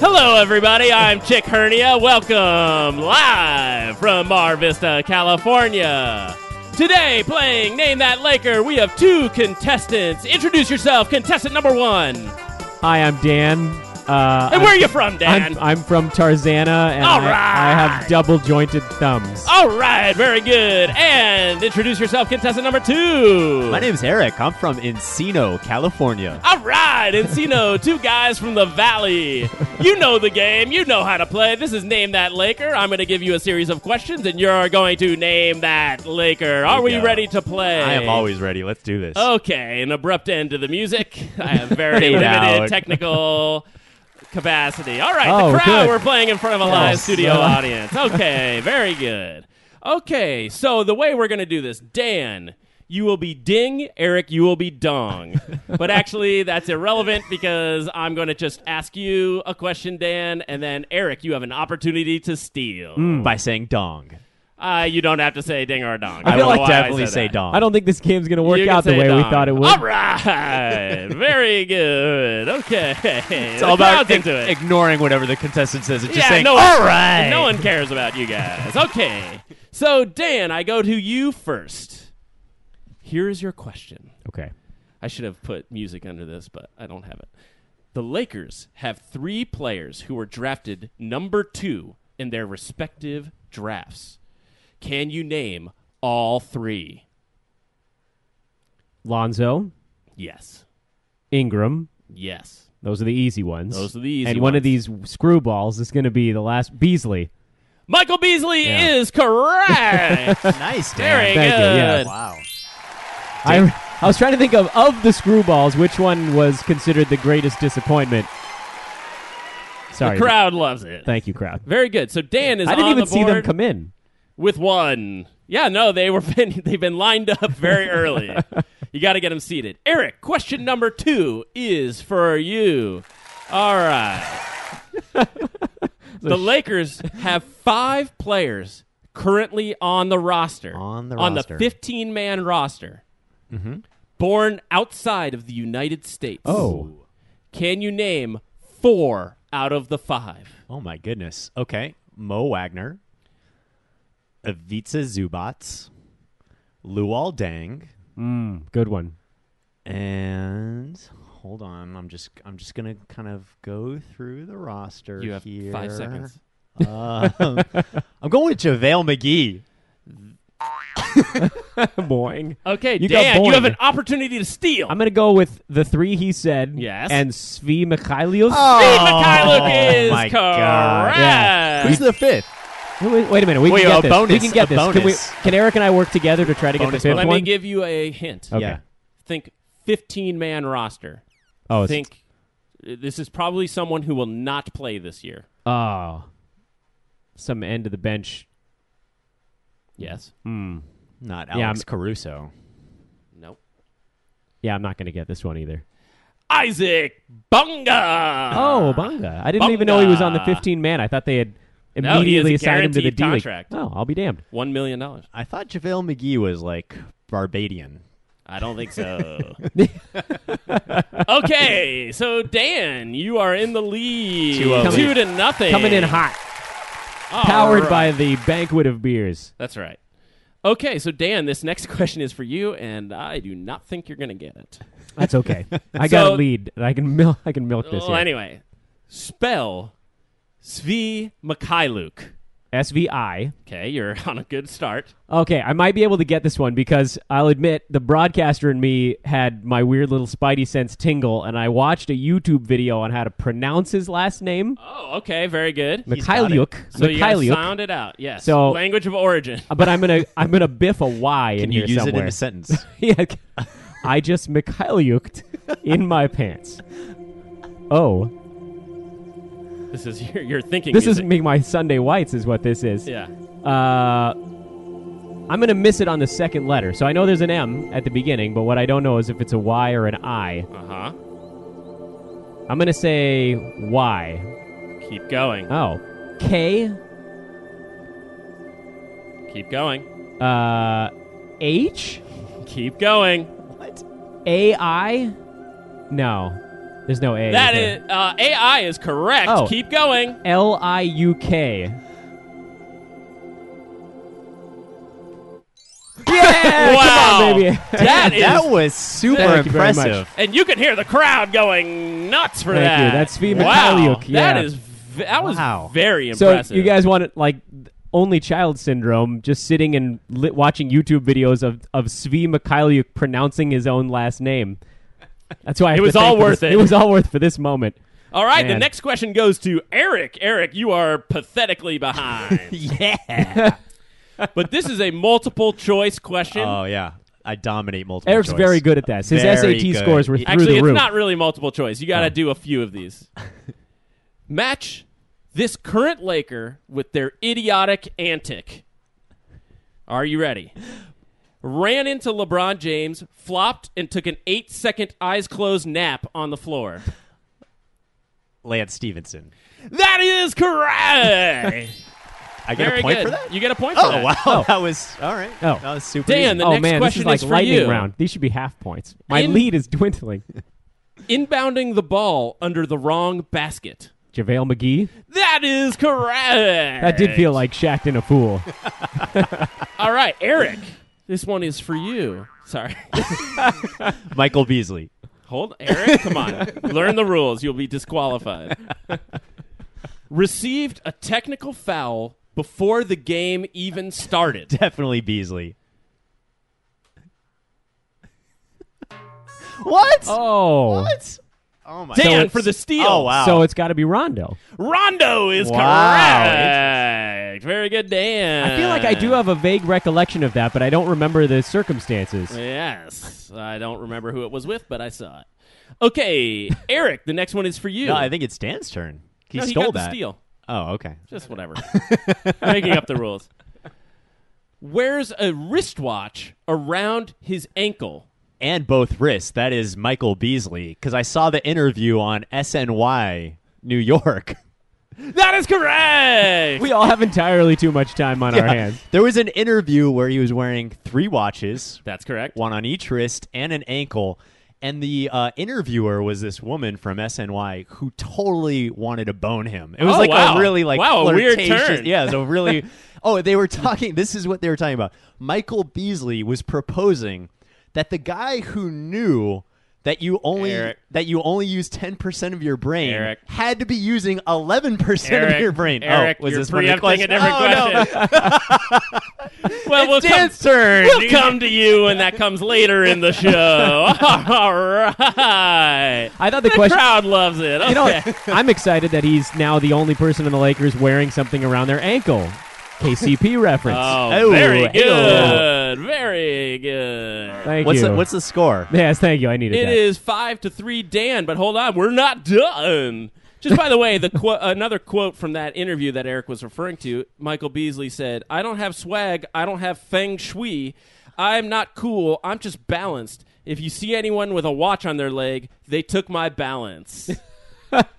S3: Hello, everybody. I'm Chick Hernia. Welcome live from Mar Vista, California. Today, playing Name That Laker, we have two contestants. Introduce yourself, contestant number one.
S4: Hi, I'm Dan. Uh,
S3: And
S4: I'm,
S3: where are you from, Dan?
S4: I'm, I'm from Tarzana, and
S3: All
S4: I,
S3: right. Oh,
S4: I have double jointed thumbs.
S3: All right, very good. And introduce yourself, contestant number two.
S2: My name's Eric. I'm from Encino, California.
S3: All right, Encino, two guys from the Valley. You know the game. You know how to play. This is Name That Laker. I'm going to give you a series of questions, and you're going to name that Laker. Are
S2: we
S3: we
S2: go.
S3: ready to play?
S2: I am always ready. Let's do this.
S3: Okay, an abrupt end to the music. I have very
S2: Fade
S3: limited
S2: out.
S3: technical capacity. All right, the
S4: Oh,
S3: crowd.
S4: good.
S3: We're playing in front of a live
S4: Yes.
S3: studio
S2: Uh-huh.
S3: audience. Okay, very good. Okay, so the way we're going to do this, Dan, you will be ding, Eric, you will be dong. but actually, that's irrelevant because I'm going to just ask you a question, Dan, and then Eric, you have an opportunity to steal.
S2: By saying dong.
S3: Uh, you don't have to say ding or dong.
S2: I,
S3: don't know
S2: will
S3: why
S2: definitely
S3: said
S2: say
S3: that.
S2: dong.
S4: I don't think this game's going to
S3: You
S4: work
S3: can
S4: out the
S3: say
S4: way we
S3: dong.
S4: thought it would.
S3: All right, very good. Okay, it's
S2: It's all about ig-
S3: into it.
S2: ignoring whatever the contestant says and just
S3: Yeah,
S2: saying,
S3: no-
S2: all right.
S3: no one cares about you guys. Okay, so Dan, I go to you first. Here is your question.
S4: Okay.
S3: I should have put music under this, but I don't have it. The Lakers have three players who were drafted number two in their respective drafts. Can you name all three?
S4: Lonzo,
S3: Yes.
S4: Ingram,
S3: Yes.
S4: Those are the easy ones.
S3: Those are the easy
S4: And one of
S3: ones.
S4: these screwballs is going to be the last Beasley.
S3: Michael Beasley
S4: Yeah.
S3: is correct.
S2: nice,
S3: Very
S2: Dan.
S4: Thank
S3: good.
S4: you, yeah.
S2: Wow.
S4: I, I was trying to think of of the screwballs, which one was considered the greatest disappointment. Sorry,
S3: The crowd loves it.
S4: Thank you, crowd.
S3: Very good. So Dan is
S4: I didn't
S3: on
S4: even
S3: the
S4: see them
S3: board
S4: come in.
S3: with one. Yeah, no, they were been, they've been lined up very early. you got to get them seated. Eric, question number two is for you. All right. the Lakers have five players currently on the roster
S2: On the
S3: on
S2: roster.
S3: the fifteen man roster,
S4: Mm-hmm.
S3: born outside of the United States.
S4: Oh.
S3: can you name four out of the five?
S2: Oh my goodness. Okay. Mo Wagner, Ivica Zubats, Luol Deng,
S3: Hmm.
S4: Good one.
S2: and hold on. I'm just I'm just gonna kind of go through the roster.
S3: You have
S2: here.
S3: five seconds.
S2: Um, I'm going with JaVale McGee.
S4: Boing.
S3: Okay,
S4: You got
S3: Dan, you
S4: Boyd.
S3: have an opportunity to steal.
S4: I'm going to go with the three he said.
S3: Yes. Oh.
S4: And Svi Mikhailios.
S3: Steve Mikhailuk is
S2: my
S3: correct.
S2: God.
S4: Yeah.
S2: Who's the fifth?
S4: Wait, wait a minute. We
S2: Wait,
S4: can get
S2: a
S4: this. we
S2: bonus,
S4: can get
S2: a
S4: this. Can,
S2: bonus.
S4: we, can Eric and I work together to try to
S2: Bonus
S4: get the
S3: Let
S4: fifth
S3: me
S4: one?
S3: give you a hint.
S4: Okay.
S2: Yeah.
S3: Think 15 man roster.
S4: oh, it's-
S3: Think uh, this is probably someone who will not play this year.
S4: Oh. Some end of the bench.
S3: Yes.
S2: Not
S4: Yeah,
S2: Alex
S4: I'm-
S2: Caruso.
S3: Nope.
S4: Yeah, I'm not going to get this one either.
S3: Isaac Bunga.
S4: Oh, Bonga. I didn't even know he was on the
S3: Ah. Bonga.
S4: 15 man. I thought they had
S3: No, he
S4: immediately
S3: has a
S4: assigned him to the
S3: guaranteed
S4: D League.
S3: contract.
S4: No, I'll be damned.
S3: One million dollars.
S2: I thought JaVale McGee was like Barbadian.
S3: I don't think so. okay, so Dan, you are in the lead,
S2: Two oh.
S3: two to nothing,
S4: Coming in hot.
S3: All
S4: Powered
S3: right.
S4: by the banquet of beers.
S3: That's right. Okay, so Dan, this next question is for you, and I do not think you're going to get it.
S4: That's okay. I got
S3: So-
S4: a lead. I can milk. I can milk this.
S3: Well, anyway, spell Svi Mikhailuk.
S4: S V I.
S3: Okay, you're on a good start.
S4: Okay, I might be able to get this one because I'll admit the broadcaster in me had my weird little spidey sense tingle, and I watched a YouTube video on how to pronounce his last name,
S3: Oh, okay, very good.
S4: Mikhailiuk.
S3: So you gotta
S4: Mikhailiuk.
S3: sound it out. Yes.
S4: So-
S3: language of origin.
S4: Uh, But I'm gonna I'm gonna biff a Y in
S2: Can you
S4: here
S2: use it in
S4: somewhere.
S2: a sentence?
S4: yeah, c- I just Mikhailiuked in my pants. Oh,
S3: This is your, your thinking.
S4: this is
S3: music.
S4: me. My Sunday whites is what this is.
S3: Yeah.
S4: Uh, I'm going to miss it on the second letter. So I know there's an M at the beginning, but what I don't know is if it's a Y or an I.
S3: Uh huh.
S4: I'm going to say Y.
S3: Keep going.
S4: Oh. K.
S3: Keep going.
S4: Uh, H.
S3: Keep going.
S4: A. I. No. There's no A.
S3: That is uh, AI is correct.
S4: Oh.
S3: Keep going.
S4: L I U K. Yeah!
S3: wow.
S4: Come on, baby.
S3: That is
S2: that was super
S4: Thank you very much.
S2: impressive.
S3: And you can hear the crowd going nuts for
S4: Thank
S3: that.
S4: you. That's Fee
S3: wow.
S4: Mikhailiuk, yeah.
S3: That is v- that was
S2: Wow.
S3: very
S4: So
S3: impressive.
S4: you guys want it like only child syndrome, just sitting and li- watching YouTube videos of of Svi Mikhailiuk pronouncing his own last name. That's why I have to
S3: was
S4: thank
S3: all
S4: for
S3: worth
S4: this-
S3: it.
S4: It was all worth for this moment.
S3: All right, the
S4: Man.
S3: next question goes to Eric. Eric, you are pathetically behind.
S2: yeah.
S3: but this is a multiple choice question.
S2: Oh yeah. I dominate multiple.
S4: Eric's
S2: choice.
S4: very good at this. His
S2: Very
S4: SAT
S2: good. E-
S4: scores were through
S3: Actually,
S4: the
S3: it's
S4: roof.
S3: not really multiple choice. You got
S2: Oh.
S3: to do a few of these. Match this current Laker with their idiotic antic. Are you ready? Ran into LeBron James, flopped, and took an eight second eyes closed nap on the floor.
S2: Lance Stevenson.
S3: That is correct.
S2: I get
S3: Very
S2: a point
S3: good.
S2: for that.
S3: You get a point for
S2: oh
S3: that.
S2: wow,
S4: Oh.
S2: that was all right.
S4: Oh.
S2: that was super.
S3: Dan,
S2: easy.
S3: the
S4: oh
S3: next
S4: man, this
S3: question
S4: is like
S3: for
S4: lightning
S3: you.
S4: round. These should be half points. My
S3: In-
S4: lead is dwindling.
S3: Inbounding the ball under the wrong basket.
S4: JaVale McGee.
S3: That is correct.
S4: That did feel like Shaq in a fool.
S3: All right, Eric. This one is for you. Sorry.
S2: Michael Beasley.
S3: Hold, Eric. Come on. Learn the rules. You'll be disqualified. Received a technical foul before the game even started.
S2: Definitely Beasley. What?
S4: Oh.
S2: What? Oh my!
S3: Dan
S2: God.
S3: for the steal.
S2: Oh wow!
S4: So it's got to be Rondo.
S3: Rondo is
S2: Wow,
S3: correct. Very good, Dan.
S4: I feel like I do
S3: Uh.
S4: have a vague recollection of that, but I don't remember the circumstances.
S3: Yes, I don't remember who it was with, but I saw it. Okay, Eric, the next one is for you.
S2: no, I think it's Dan's turn. He
S3: No, he
S2: stole
S3: got
S2: that.
S3: the steal.
S2: Oh, okay.
S3: Just whatever. Making up the rules. Wears a wristwatch around his ankle.
S2: And both wrists. That is Michael Beasley because I saw the interview on SNY New York.
S3: That is correct.
S4: We all have entirely too much time on our hands.
S2: There was an interview where he was wearing three watches,
S3: That's correct.
S2: one on each wrist and an ankle. And the uh, interviewer was this woman from SNY who totally wanted to bone him. It was
S3: Oh,
S2: like
S3: wow.
S2: a really like
S3: Wow, a weird
S2: flirtatious-
S3: turn.
S2: Yeah, it was a really. oh, they were talking. This is what they were talking about. Michael Beasley was proposing that the guy who knew that you only
S3: Eric.
S2: that you only use ten percent of your brain
S3: Eric.
S2: had to be using eleven percent
S3: Eric,
S2: of your brain.
S3: Eric,
S2: oh, was
S3: you're
S2: this one of the
S3: preempting a
S2: questions?
S3: different
S2: Oh, no.
S3: question. well, we'll come-
S2: Dan's turn.
S3: We'll come to you, and that comes later in the show. All right.
S4: I thought the
S3: the
S4: question.
S3: crowd loves it. Okay.
S4: You know, I'm excited that he's now the only person in the Lakers wearing something around their ankle. KCP reference.
S3: oh,
S2: Oh,
S3: very
S2: hey,
S3: good. Very good.
S4: Thank
S2: What's
S4: you.
S2: the, what's the score?
S4: yes, thank you. I needed
S3: It
S4: that.
S3: is five to three, Dan. But hold on, we're not done. Just by the way, the qu- another quote from that interview that Eric was referring to. Michael Beasley said, "I don't have swag. I don't have feng shui. I'm not cool. I'm just balanced. If you see anyone with a watch on their leg, they took my balance."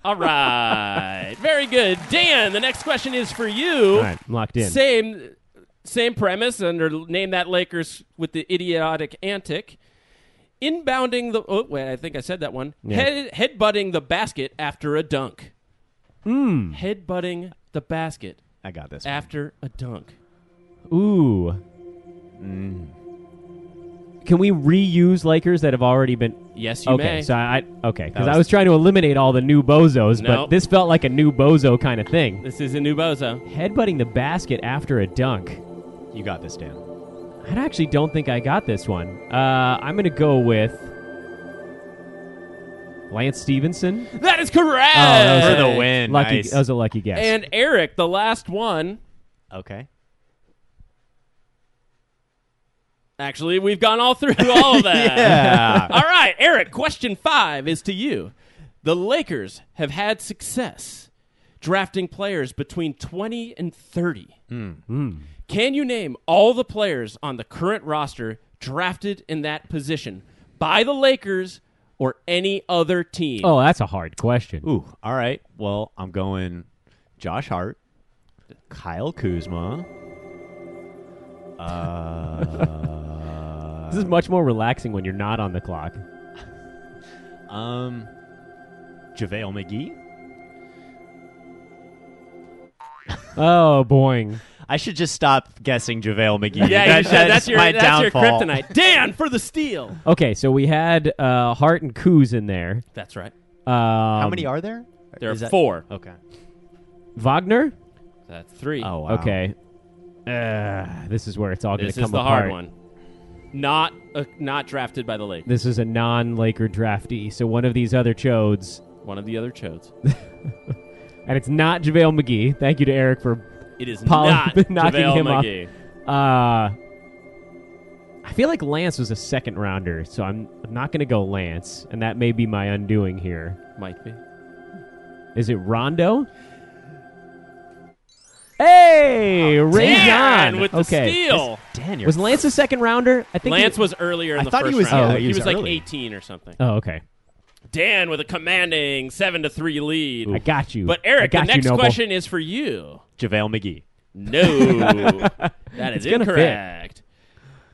S3: All right, very good, Dan. The next question is for you.
S4: All right, I'm locked in.
S3: Same, same premise under name that Lakers with the idiotic antic. Inbounding the oh wait, I think I said that one. Head headbutting the basket after a dunk.
S4: Hmm.
S3: Mm. Headbutting the basket
S2: I got this.
S3: after a dunk.
S4: Ooh. Can we reuse Lakers that have already been?
S3: Yes, you
S4: okay,
S3: may.
S4: so I I- okay because
S2: was-
S4: I was trying to eliminate all the new bozos,
S3: No.
S4: but this felt like a new bozo kind of thing.
S3: this is a new bozo.
S4: Headbutting the basket after a dunk.
S2: You got this, Dan.
S4: I actually don't think I got this one. Uh, I'm gonna go with Lance Stevenson.
S3: Oh, That is correct.
S4: Oh, that was
S2: For the win.
S4: Lucky,
S2: Nice.
S4: that was a lucky guess.
S3: And Eric, the last one.
S2: Okay.
S3: Actually, we've gone all through all of that.
S2: Yeah.
S3: All right, Eric, question five is to you. The Lakers have had success drafting players between 20 and 30.
S2: Hmm.
S3: Can you name all the players on the current roster drafted in that position by the Lakers or any other team?
S4: oh, that's a hard question.
S2: Ooh. All right. Well, I'm going Josh Hart, Kyle Kuzma.
S4: This is much more relaxing when you're not on the clock.
S2: Um, JaVale McGee.
S4: Oh, boing.
S2: I should just stop guessing JaVale McGee.
S3: Yeah,
S2: That-
S3: you should. that's your
S2: my
S3: that's your
S2: downfall.
S3: kryptonite. Dan for the steal.
S4: Okay, so we had uh, Hart and Coos in there.
S3: That's right.
S4: Um,
S2: How many are there?
S3: There are
S2: Is that-
S3: four.
S2: Okay.
S4: Wagner?
S3: That's three.
S2: Oh, wow.
S4: Okay. Uh, this is where it's all going
S3: this
S4: to come
S3: is the
S4: apart.
S3: hard one. Not uh, not drafted by the Lakers.
S4: This is a non-Laker draftee, so one of these other chodes,
S3: One of the other chodes.
S4: and it's not JaVale McGee. Thank you to Eric for.
S3: It is
S4: Paul-
S3: not
S4: knocking
S3: JaVale
S4: him off.
S3: McGee.
S4: Uh, I feel like Lance was a second rounder, so I'm, I'm not going to go Lance, and that may be my undoing here.
S3: Might be.
S4: Is it Rondo? Hey, Ray
S3: Dan
S4: John
S3: Oh, with the
S4: okay.
S3: steal.
S2: Dan, you're
S4: Was Lance a second rounder? I think he-
S3: Lance was earlier in
S2: I
S3: the
S2: thought he
S3: first
S2: was-
S3: round.
S4: oh,
S3: he,
S4: he
S3: was,
S4: was
S3: like
S2: early.
S3: 18 or something.
S4: Oh, okay.
S3: Dan with a commanding 7 to 3 lead.
S4: I got you.
S3: But
S4: I
S3: Eric, the
S4: got you,
S3: next
S4: Noble.
S3: question is for you.
S2: JaVale McGee.
S3: No. that is
S4: gonna fit.
S3: incorrect.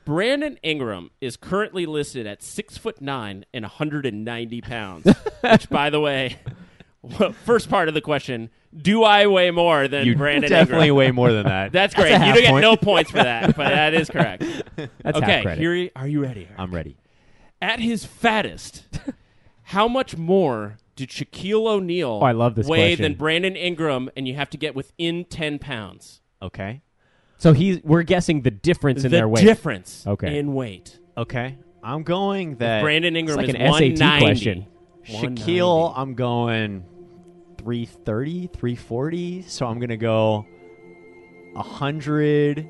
S3: Brandon Ingram is currently listed at 6 foot 9 and 190 pounds, which by the way, first part of the question, do I weigh more than
S2: You
S3: Brandon
S2: definitely
S3: Ingram?
S2: weigh more than that.
S3: That's great. you
S4: half
S3: don't get
S4: point.
S3: no points for that, but that is correct.
S4: That's half
S3: okay,
S4: credit. Um,
S3: here he- are you ready? Eric?
S2: I'm ready.
S3: At his fattest, how much more did Shaquille O'Neal
S4: Oh, I love this
S3: weigh
S4: question.
S3: than Brandon Ingram? And you have to get within ten pounds.
S2: Okay.
S4: So he's we're guessing the difference in
S3: the
S4: their weight.
S3: difference
S4: Okay.
S3: in weight.
S2: Okay. I'm going that.
S3: Uh, Brandon Ingram
S4: like
S3: is
S4: an SAT
S3: 190.
S4: question.
S2: Shaquille, I'm going 330, 340. So I'm going to go 140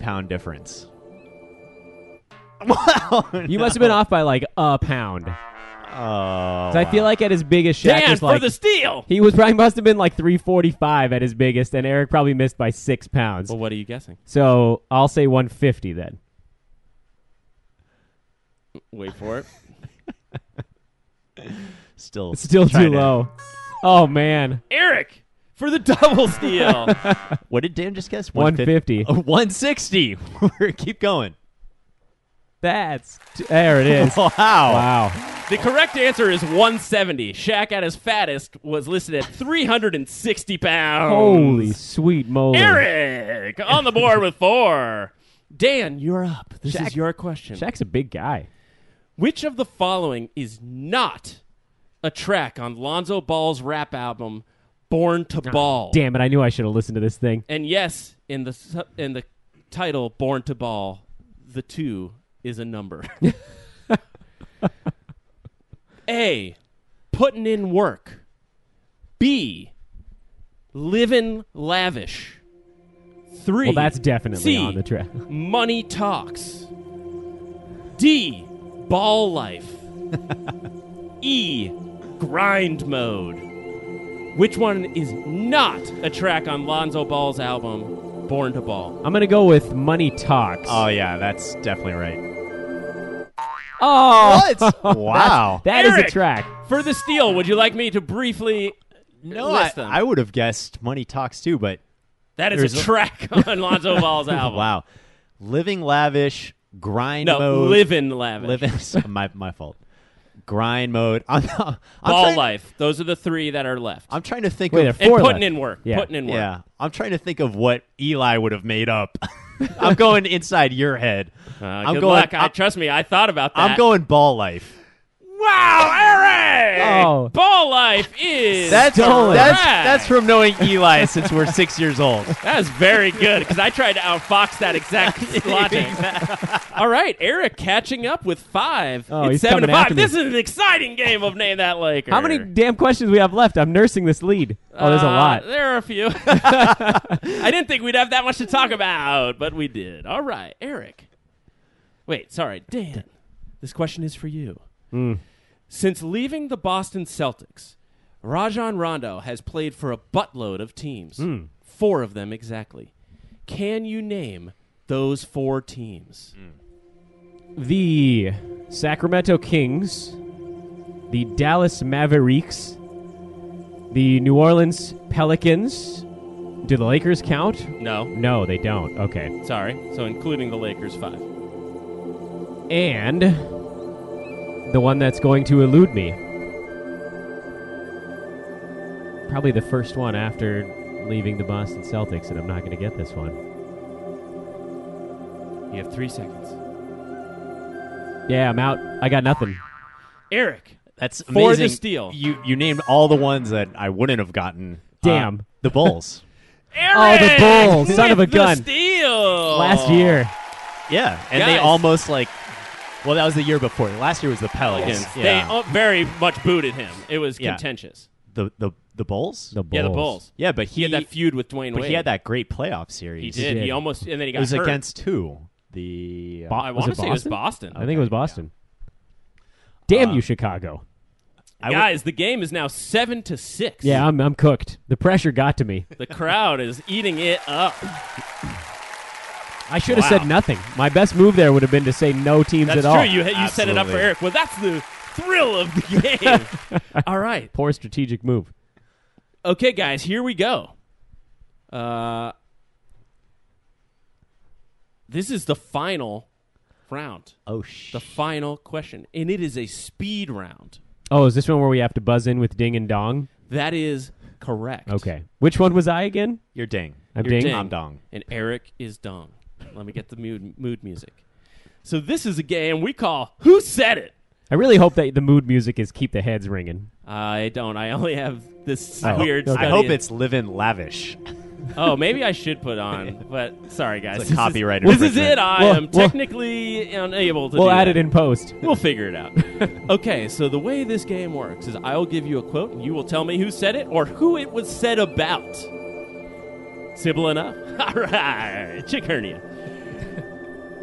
S2: pound difference. Wow.
S4: You must have been off by like a pound. 'Cause
S2: Oh,
S4: I feel like at his biggest, Shaq
S3: Dan
S4: was
S3: for
S4: like
S3: the steal.
S4: he was probably must have been like 345 at his biggest, and Eric probably missed by six pounds.
S3: Well, what are you guessing?
S4: So I'll say 150 then.
S3: Wait for it.
S2: still
S4: It's still too
S2: trying to-
S4: low. Oh man,
S3: Eric for the double steal.
S2: What did Dan just guess?
S4: 150.
S2: Oh, 160. We're- Keep going.
S4: that's t- there. It is.
S3: Oh.
S2: Wow.
S4: Wow.
S3: the correct answer is 170. Shaq at his fattest was listed at 360 pounds.
S4: Holy sweet moly.
S3: Eric on the board with four. Dan, you're up. This
S4: Shaq-
S3: is your question.
S4: Shaq's a big guy.
S3: Which of the following is not a track on Lonzo Ball's rap album Born to Ball?
S4: Damn it! I knew I should have listened to this thing.
S3: And yes, in the su- in the title Born to Ball, the 2 is a number. a. Putting in work. B. Living lavish. 3.
S4: Well, that's definitely
S3: C,
S4: on the track.
S3: Money talks. D. Ball life. e. Grind mode. Which one is not a track on Lonzo Ball's album, Born to Ball?
S4: I'm gonna go with Money Talks.
S2: Oh,
S3: Uh,
S2: yeah. That's definitely right.
S4: oh,
S2: What? wow.
S4: that is
S3: Eric!
S4: a track.
S3: For the steal, would you like me to briefly
S2: no, I,
S3: list them?
S2: I would have guessed Money Talks too, but
S3: that is
S2: there's
S3: a
S2: a-
S3: track on Lonzo Ball's album.
S2: wow. Living lavish, grind
S3: No,
S2: mode.
S3: living lavish.
S2: Living. so- my, my fault. Grind mode. I'm, I'm
S3: Ball
S2: trying,
S3: life. Those are the three that are left.
S2: I'm trying to think
S4: Wait,
S2: of.
S4: there
S3: and
S4: Four
S3: putting
S4: left.
S3: in work.
S4: Yeah.
S3: Putting in work.
S2: Yeah. I'm trying to think of what Eli would have made up. I'm going inside your head.
S3: Uh,
S2: I'm
S3: good
S2: going.
S3: luck. I,
S2: I'm,
S3: trust me, I thought about that.
S2: I'm going ball life.
S3: Wow, Eric!
S4: Oh.
S3: Ball life is
S2: That's
S3: correct.
S2: that's that's from knowing Eli since we're six years old.
S3: That's very good because I tried to outfox that exact logic. All right, Eric catching up with five.
S4: Oh,
S3: it's
S4: he's
S3: seven to
S4: coming
S3: five.
S4: after me.
S3: This is an exciting game of name that Laker.
S4: How many damn questions we have left? I'm nursing this lead. Oh, there's a
S3: Uh,
S4: lot.
S3: There are a few. I didn't think we'd have that much to talk about, but we did. All right, Eric. Wait, sorry, Dan. This question is for you.
S4: Hmm.
S3: Since leaving the Boston Celtics, Rajon Rondo has played for a buttload of teams,
S4: Hmm.
S3: four of them exactly. Can you name those four teams?
S4: Hmm. the Sacramento Kings, the Dallas Mavericks, the New Orleans Pelicans. Do the Lakers count?
S3: No,
S4: No, they don't. Okay.
S3: sorry. So including the Lakers, five.
S4: And the one that's going to elude me. Probably the first one after leaving the Boston Celtics, and I'm not going to get this one.
S3: You have three seconds.
S4: Yeah, I'm out. I got nothing.
S3: Eric,
S2: That's amazing.
S3: For the steal.
S2: You you named all the ones that I wouldn't have gotten.
S4: Damn.
S2: Uh, the Bulls.
S3: Eric
S4: Oh, the Bulls, son of
S3: with
S4: a gun.
S3: The steal
S4: Last year.
S2: yeah, and they
S3: Guys.
S2: almost like. Well, that was the year before. Last year was the Pelicans.
S3: Pelicans. They
S2: Yeah.
S3: uh, very much booted him. It was
S2: Yeah.
S3: contentious.
S2: the the the Bulls.
S4: The Bulls.
S3: Yeah, the Bulls.
S2: yeah, but
S3: He,
S2: he,
S3: had that feud with Dwayne
S2: but
S3: Wade.
S2: he had that great playoff series.
S3: He did.
S4: did.
S3: He almost and then he
S2: It
S3: got
S2: was
S3: hurt.
S2: against who? The uh,
S4: Bo-
S3: I
S4: was
S3: wanna
S4: it
S3: say it was Boston.
S4: I think it was Boston.
S3: Uh,
S4: Damn you, Chicago.
S2: I would-
S3: Guys, the game is now seven to six.
S4: Yeah, I'm, I'm cooked. The pressure got to me.
S3: the crowd is eating it up.
S4: I should have
S3: Wow.
S4: said nothing. My best move there would have been to say no teams
S3: That's
S4: at
S3: true.
S4: all.
S3: You you set it up for
S2: Absolutely.
S3: Eric. Well, that's the thrill of the game. all right.
S4: Poor strategic move.
S3: Okay, guys, here we go. Uh, this is the final round.
S2: oh sh.
S3: The final question, and it is a speed round.
S4: Oh, is this one where we have to buzz in with ding and dong?
S3: That is correct.
S4: Okay. Which one was I again?
S2: You're ding.
S4: I'm
S3: You're
S4: ding.
S3: ding.
S2: I'm dong.
S3: And Eric is dong. Let me get the mood, mood music. So this is a game we call Who Said It?
S4: I really hope that the mood music is keep the heads ringing.
S3: I don't. I only have this
S4: I hope-
S3: weird
S4: okay.
S3: study
S2: I hope
S3: in-
S2: it's living lavish.
S3: Oh, maybe I should put on, but sorry, guys.
S2: It's
S3: This
S2: a
S3: is-
S2: copyright
S3: This is
S2: infringement.
S3: it. I
S4: Well,
S3: am
S4: well-
S3: technically unable to.
S4: We'll
S3: do
S4: add
S3: that.
S4: it in post.
S3: We'll figure it out. okay, so the way this game works is I'll give you a quote and you will tell me who said it or who it was said about. Simple enough? All right, chick hernia.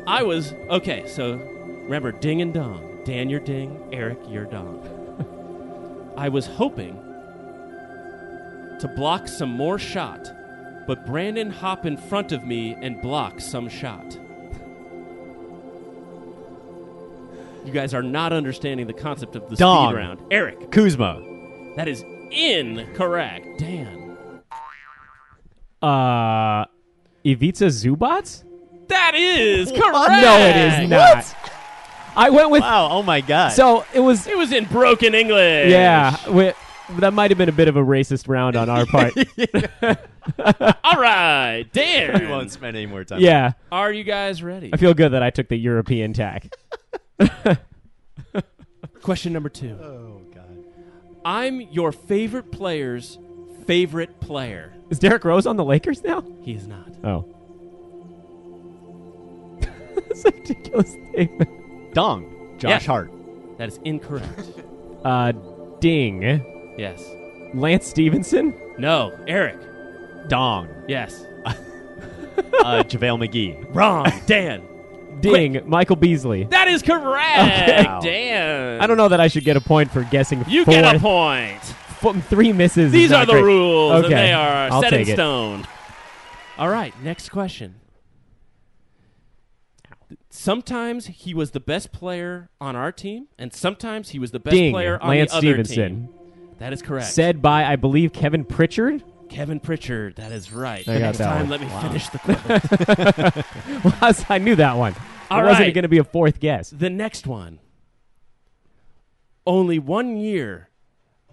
S3: I was, okay, so remember ding and dong. Dan, your ding. Eric, your dong. I was hoping to block some more shot, but Brandon hop in front of me and block some shot. You guys are not understanding the concept of the
S2: Dong.
S3: speed round. Eric,
S2: Kuzma.
S3: that is incorrect. Dan.
S4: Uh, Ivica Zubats?
S3: That is correct.
S4: No, it is not. I went with.
S2: Wow. Oh my God.
S4: So it was.
S3: It was in broken English.
S4: Yeah, we, that might have been a bit of a racist round on our part.
S3: All right, Dan.
S2: we won't spend any more time.
S4: yeah,
S3: Are you guys ready?
S4: I feel good that I took the European tack.
S3: Question number two.
S2: Oh God.
S3: I'm your favorite player's favorite player.
S4: Is Derek Rose on the Lakers now?
S3: He is not.
S4: Oh. That's a ridiculous statement.
S2: Dong. Josh
S3: Yeah.
S2: Hart.
S3: That is incorrect.
S4: Uh, ding.
S3: yes.
S4: Lance Stevenson?
S3: No. Eric.
S2: Dong.
S3: Yes.
S2: Uh, JaVale McGee.
S3: Wrong. Dan.
S4: Ding. Michael Beasley.
S3: That is correct.
S2: Okay. Wow.
S3: Dan.
S4: I don't know that I should get a point for guessing
S3: You
S4: four,
S3: get a point.
S4: f- three misses. is
S3: These
S4: not
S3: are the
S4: great.
S3: rules,
S4: Okay.
S3: and they are
S4: I'll
S3: set
S4: take
S3: in
S4: it.
S3: stone. All right, next question. Sometimes he was the best player on our team, and sometimes he was the best
S4: Ding.
S3: player on
S4: Lance
S3: the other
S4: Stevenson.
S3: team. That is correct.
S4: Said by, I believe, Kevin Pritchard.
S3: Kevin Pritchard. That is right.
S4: I got
S3: next
S4: that
S3: time,
S4: one.
S3: let me finish the quote.
S4: I knew that one.
S3: All
S4: it wasn't
S3: right.
S4: going to be a fourth guess.
S3: the next one. Only one year,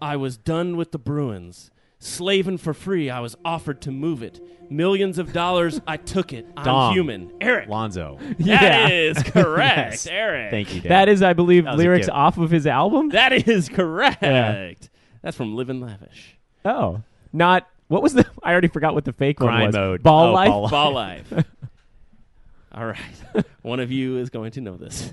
S3: I was done with the Bruins. Slaving for free, I was offered to move it. Millions of dollars, I took it. I'm
S2: Dong.
S3: human. Eric.
S2: Lonzo.
S4: Yeah.
S3: That is correct,
S2: Yes.
S3: Eric.
S2: Thank you, Dan.
S4: That is, I believe,
S2: That was a
S4: lyrics
S2: gift.
S4: off of his album.
S3: That is correct.
S4: Yeah.
S3: That's from Living Lavish.
S4: oh, not what was the? I already forgot what the fake one
S2: Grind
S4: was.
S2: mode.
S4: Ball
S2: Oh,
S4: life.
S2: ball life.
S3: Ball Life. All right. One of you is going to know this.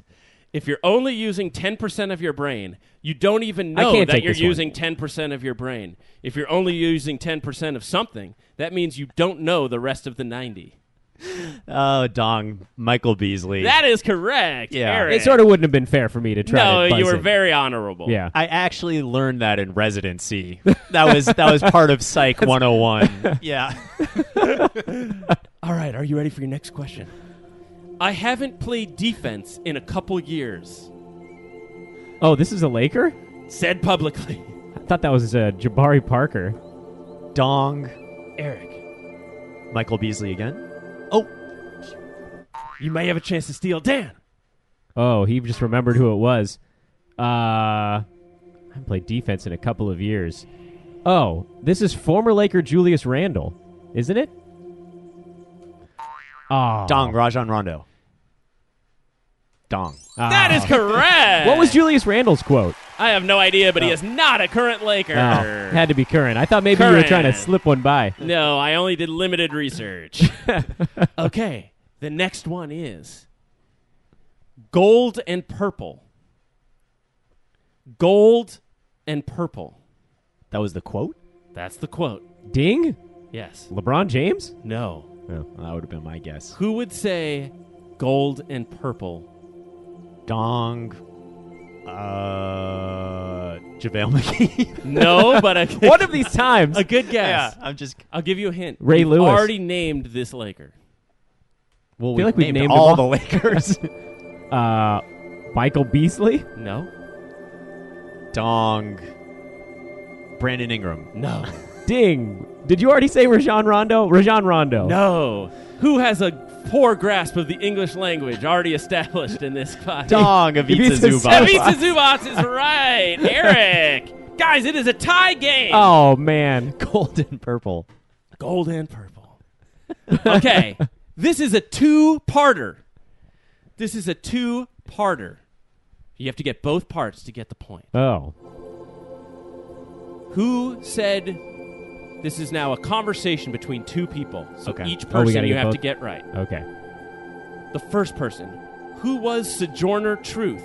S3: If you're only using 10% of your brain, you don't even
S4: I
S3: know
S4: can't
S3: that
S4: take
S3: you're
S4: this one.
S3: using 10% of your brain. If you're only using 10% of something, that means you don't know the rest of the 90.
S2: Oh, Dong. Michael Beasley.
S3: That is correct.
S2: Yeah.
S3: Eric.
S4: It sort of wouldn't have been fair for me to try.
S3: No,
S4: to buzz
S3: you were
S4: it.
S3: very honorable.
S4: Yeah.
S2: I actually learned that in residency. That was that was part of Psych 101. yeah.
S3: All right, are you ready for your next question? I haven't played defense in a couple years,
S4: Oh, this is a Laker.
S3: said publicly.
S4: I thought that was uh, Jabari Parker.
S2: Dong.
S3: Eric,
S2: Michael Beasley again. Oh,
S3: you may have a chance to steal Dan.
S4: Oh, he just remembered who it was. Uh, I haven't played defense in a couple of years. Oh, this is former Laker Julius Randle, isn't it? Oh,
S2: Dong. Rajon Rondo. Dong.
S4: Ah.
S3: That is correct.
S4: What was Julius Randle's quote?
S3: I have no idea, but he is not a current Laker.
S4: Oh, had to be current. I thought maybe you were trying to
S3: Current.
S4: slip one by.
S3: no, I only did limited research. okay, the next one is gold and purple. Gold and purple.
S2: That was the quote.
S3: That's the quote.
S4: Ding?
S3: Yes.
S4: LeBron James?
S3: No.
S2: That would have been my guess.
S3: Who would say gold and purple?
S2: Dong. Uh, JaVale McGee.
S3: No, but a,
S4: One of these times.
S3: a good guess.
S2: I'm just.
S3: I'll give you a hint.
S4: Ray
S3: We've
S4: Lewis.
S3: already named this Laker.
S2: Well,
S4: feel like we've named
S2: all the
S4: them all.
S2: Lakers.
S4: Uh, Michael Beasley?
S3: No.
S2: Dong. Brandon Ingram.
S3: No.
S4: Ding. Did you already say Rajon Rondo? Rajon Rondo.
S3: No. Who has a poor grasp of the English language already established in this podcast?
S2: Dong. Ivica
S4: Ivica
S2: Zubac.
S4: Zubac.
S3: Avisa Zubats is right. Eric. Guys, it is a tie game.
S4: Oh, man.
S2: Gold and purple.
S3: Gold and purple. Okay. this is a two-parter. This is a two-parter. You have to get both parts to get the point.
S4: Oh.
S3: Who said This is now a conversation between two people. So
S2: Okay.
S3: each
S4: Oh, we
S3: person
S4: gotta
S3: you
S4: get
S3: have
S4: both?
S3: to get right.
S4: Okay.
S3: The first person, who was Sojourner Truth?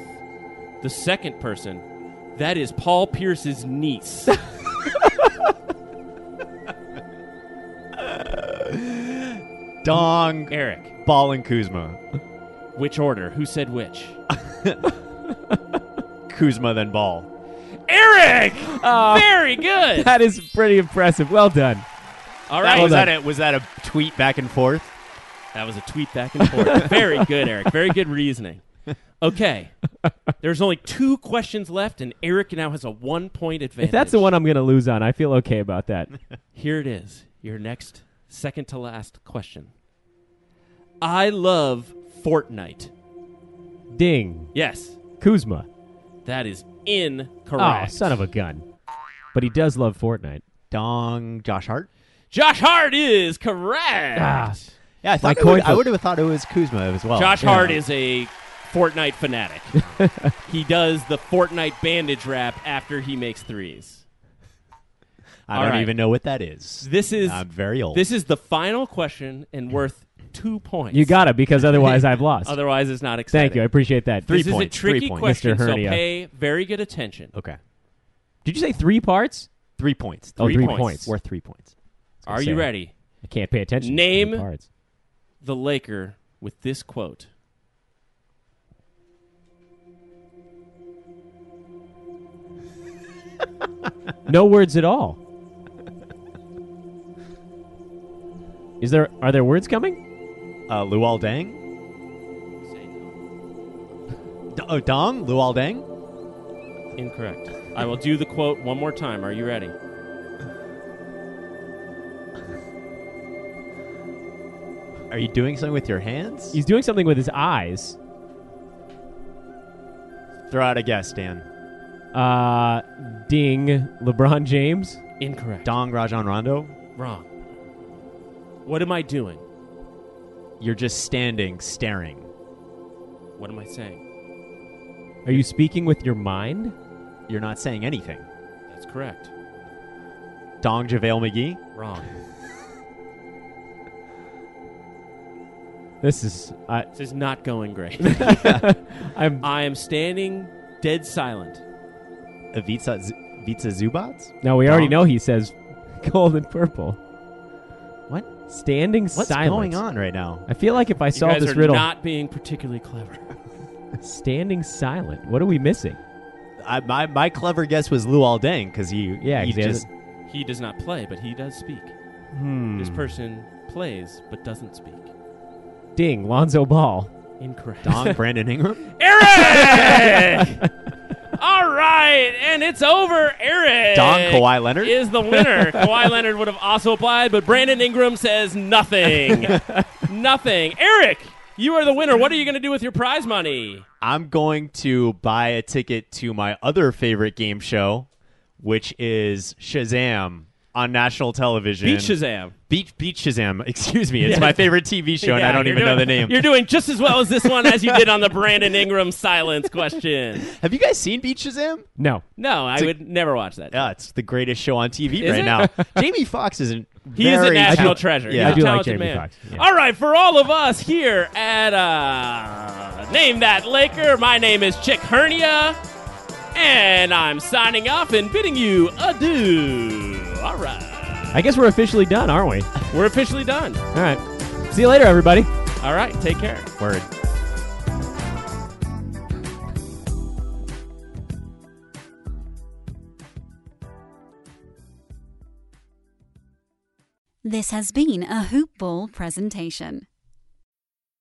S3: The second person, that is Paul Pierce's niece.
S2: Dong,
S3: Eric,
S2: Ball, and Kuzma.
S3: which order? Who said which?
S2: Kuzma, then Ball.
S3: Eric!
S4: Oh.
S3: Very good.
S4: That is pretty impressive. Well done.
S3: All
S2: That,
S3: right.
S2: was,
S4: done.
S2: that a, was that a tweet back and forth?
S3: That was a tweet back and forth. Very good, Eric. Very good reasoning. Okay. There's only two questions left, and Eric now has a one point advantage.
S4: If that's the one I'm going to lose on, I feel okay about that.
S3: Here it is. Your next, second to last question. I love Fortnite.
S4: Ding.
S3: Yes,
S4: Kuzma.
S3: that is incorrect.
S4: Oh, son of a gun. But he does love Fortnite.
S2: Dong, Josh Hart.
S3: Josh Hart is correct.
S4: Ah.
S2: Yeah, I
S4: My
S2: thought it
S4: coin
S2: would, I
S4: flip.
S2: would have thought it was Kuzma as well.
S3: Josh
S2: Yeah.
S3: Hart is a Fortnite fanatic. he does the Fortnite bandage wrap after he makes threes.
S2: I
S3: All
S2: don't
S3: right.
S2: even know what that is.
S3: This is
S2: I'm very old.
S3: This is the final question and worth two points.
S4: You got it because otherwise I've lost.
S3: Otherwise, it's not exciting.
S4: Thank you. I appreciate that.
S2: Three
S3: this is a
S2: points, three
S3: tricky
S2: points.
S3: question,
S4: Mr.
S3: so
S4: Hernia.
S3: pay very good attention.
S2: okay.
S4: Did you say three parts?
S2: Three points.
S4: Oh,
S2: Three
S4: three
S2: points.
S4: points.
S2: Worth three points.
S3: Are you
S4: say.
S3: ready?
S4: I can't pay attention. to
S3: Name-
S4: three parts.
S3: The Laker with this quote.
S4: No words at all. Is there? Are there words coming?
S2: Uh, Luol Deng. D- oh, Dong, Luol Deng.
S3: Incorrect. I will do the quote one more time. Are you ready?
S2: Are you doing something with your hands?
S4: He's doing something with his eyes.
S2: throw out a guess, Dan.
S4: Uh, ding. LeBron James.
S3: Incorrect.
S2: Dong, Rajon Rondo.
S3: Wrong. What am I doing?
S2: You're just standing, staring.
S3: What am I saying?
S4: Are you speaking with your mind?
S2: You're not saying anything.
S3: That's correct.
S2: Dong, JaVale McGee.
S3: Wrong.
S4: This is. I
S3: This is not going great.
S4: I'm.
S3: I am standing dead silent.
S2: Ivica, Z- Ivica Zubats.
S4: Now we already
S2: Wrong.
S4: know he says gold and purple.
S2: What?
S4: Standing
S2: What's
S4: silent.
S2: going on right now?
S4: I feel like if I
S3: You
S4: solve
S3: guys
S4: this
S3: are
S4: riddle,
S3: not being particularly clever.
S4: standing silent. What are we missing?
S2: I, my, my clever guess was Luol Deng because he
S4: Yeah,
S2: he
S4: 'cause he has
S2: just
S3: He does not play, but he does speak.
S4: Hmm.
S3: This person plays but doesn't speak.
S4: Ding, Lonzo Ball.
S3: Incorrect.
S2: Dong Brandon Ingram.
S3: Eric! All right, and it's over. Eric
S2: Dong Kawhi Leonard.
S3: is the winner. Kawhi Leonard would have also applied, but Brandon Ingram says nothing. nothing. Eric, you are the winner. What are you going to do with your prize money?
S2: I'm going to buy a ticket to my other favorite game show, which is Shazam on national television.
S3: Beat Shazam.
S2: Beat, Beat Shazam. Excuse me. It's my favorite TV show, and I
S3: Yeah,
S2: don't
S3: you're
S2: even know
S3: doing-
S2: the name.
S3: You're doing just as well as this one as you did on the Brandon Ingram silence question.
S2: Have you guys seen Beat Shazam?
S4: No.
S3: No, I
S2: It's a-
S3: would never watch that.
S2: Yeah, it's the greatest show on TV
S3: Is
S2: right
S3: it?
S2: now. Jamie Foxx isn't.
S3: He is a national
S2: talented.
S3: treasure.
S2: Yeah.
S3: He's
S4: I
S3: a
S4: do like
S3: talented
S4: Jamie
S3: man.
S4: Foxx, yeah.
S3: All right, for all of us here at uh, Name That Laker, my name is Chick Hernia, and I'm signing off and bidding you adieu. All right,
S4: I guess we're officially done, aren't we?
S3: we're officially done.
S4: All right. See you later, everybody.
S3: All right, take care.
S2: Word.
S1: This has been a Hoop Ball presentation.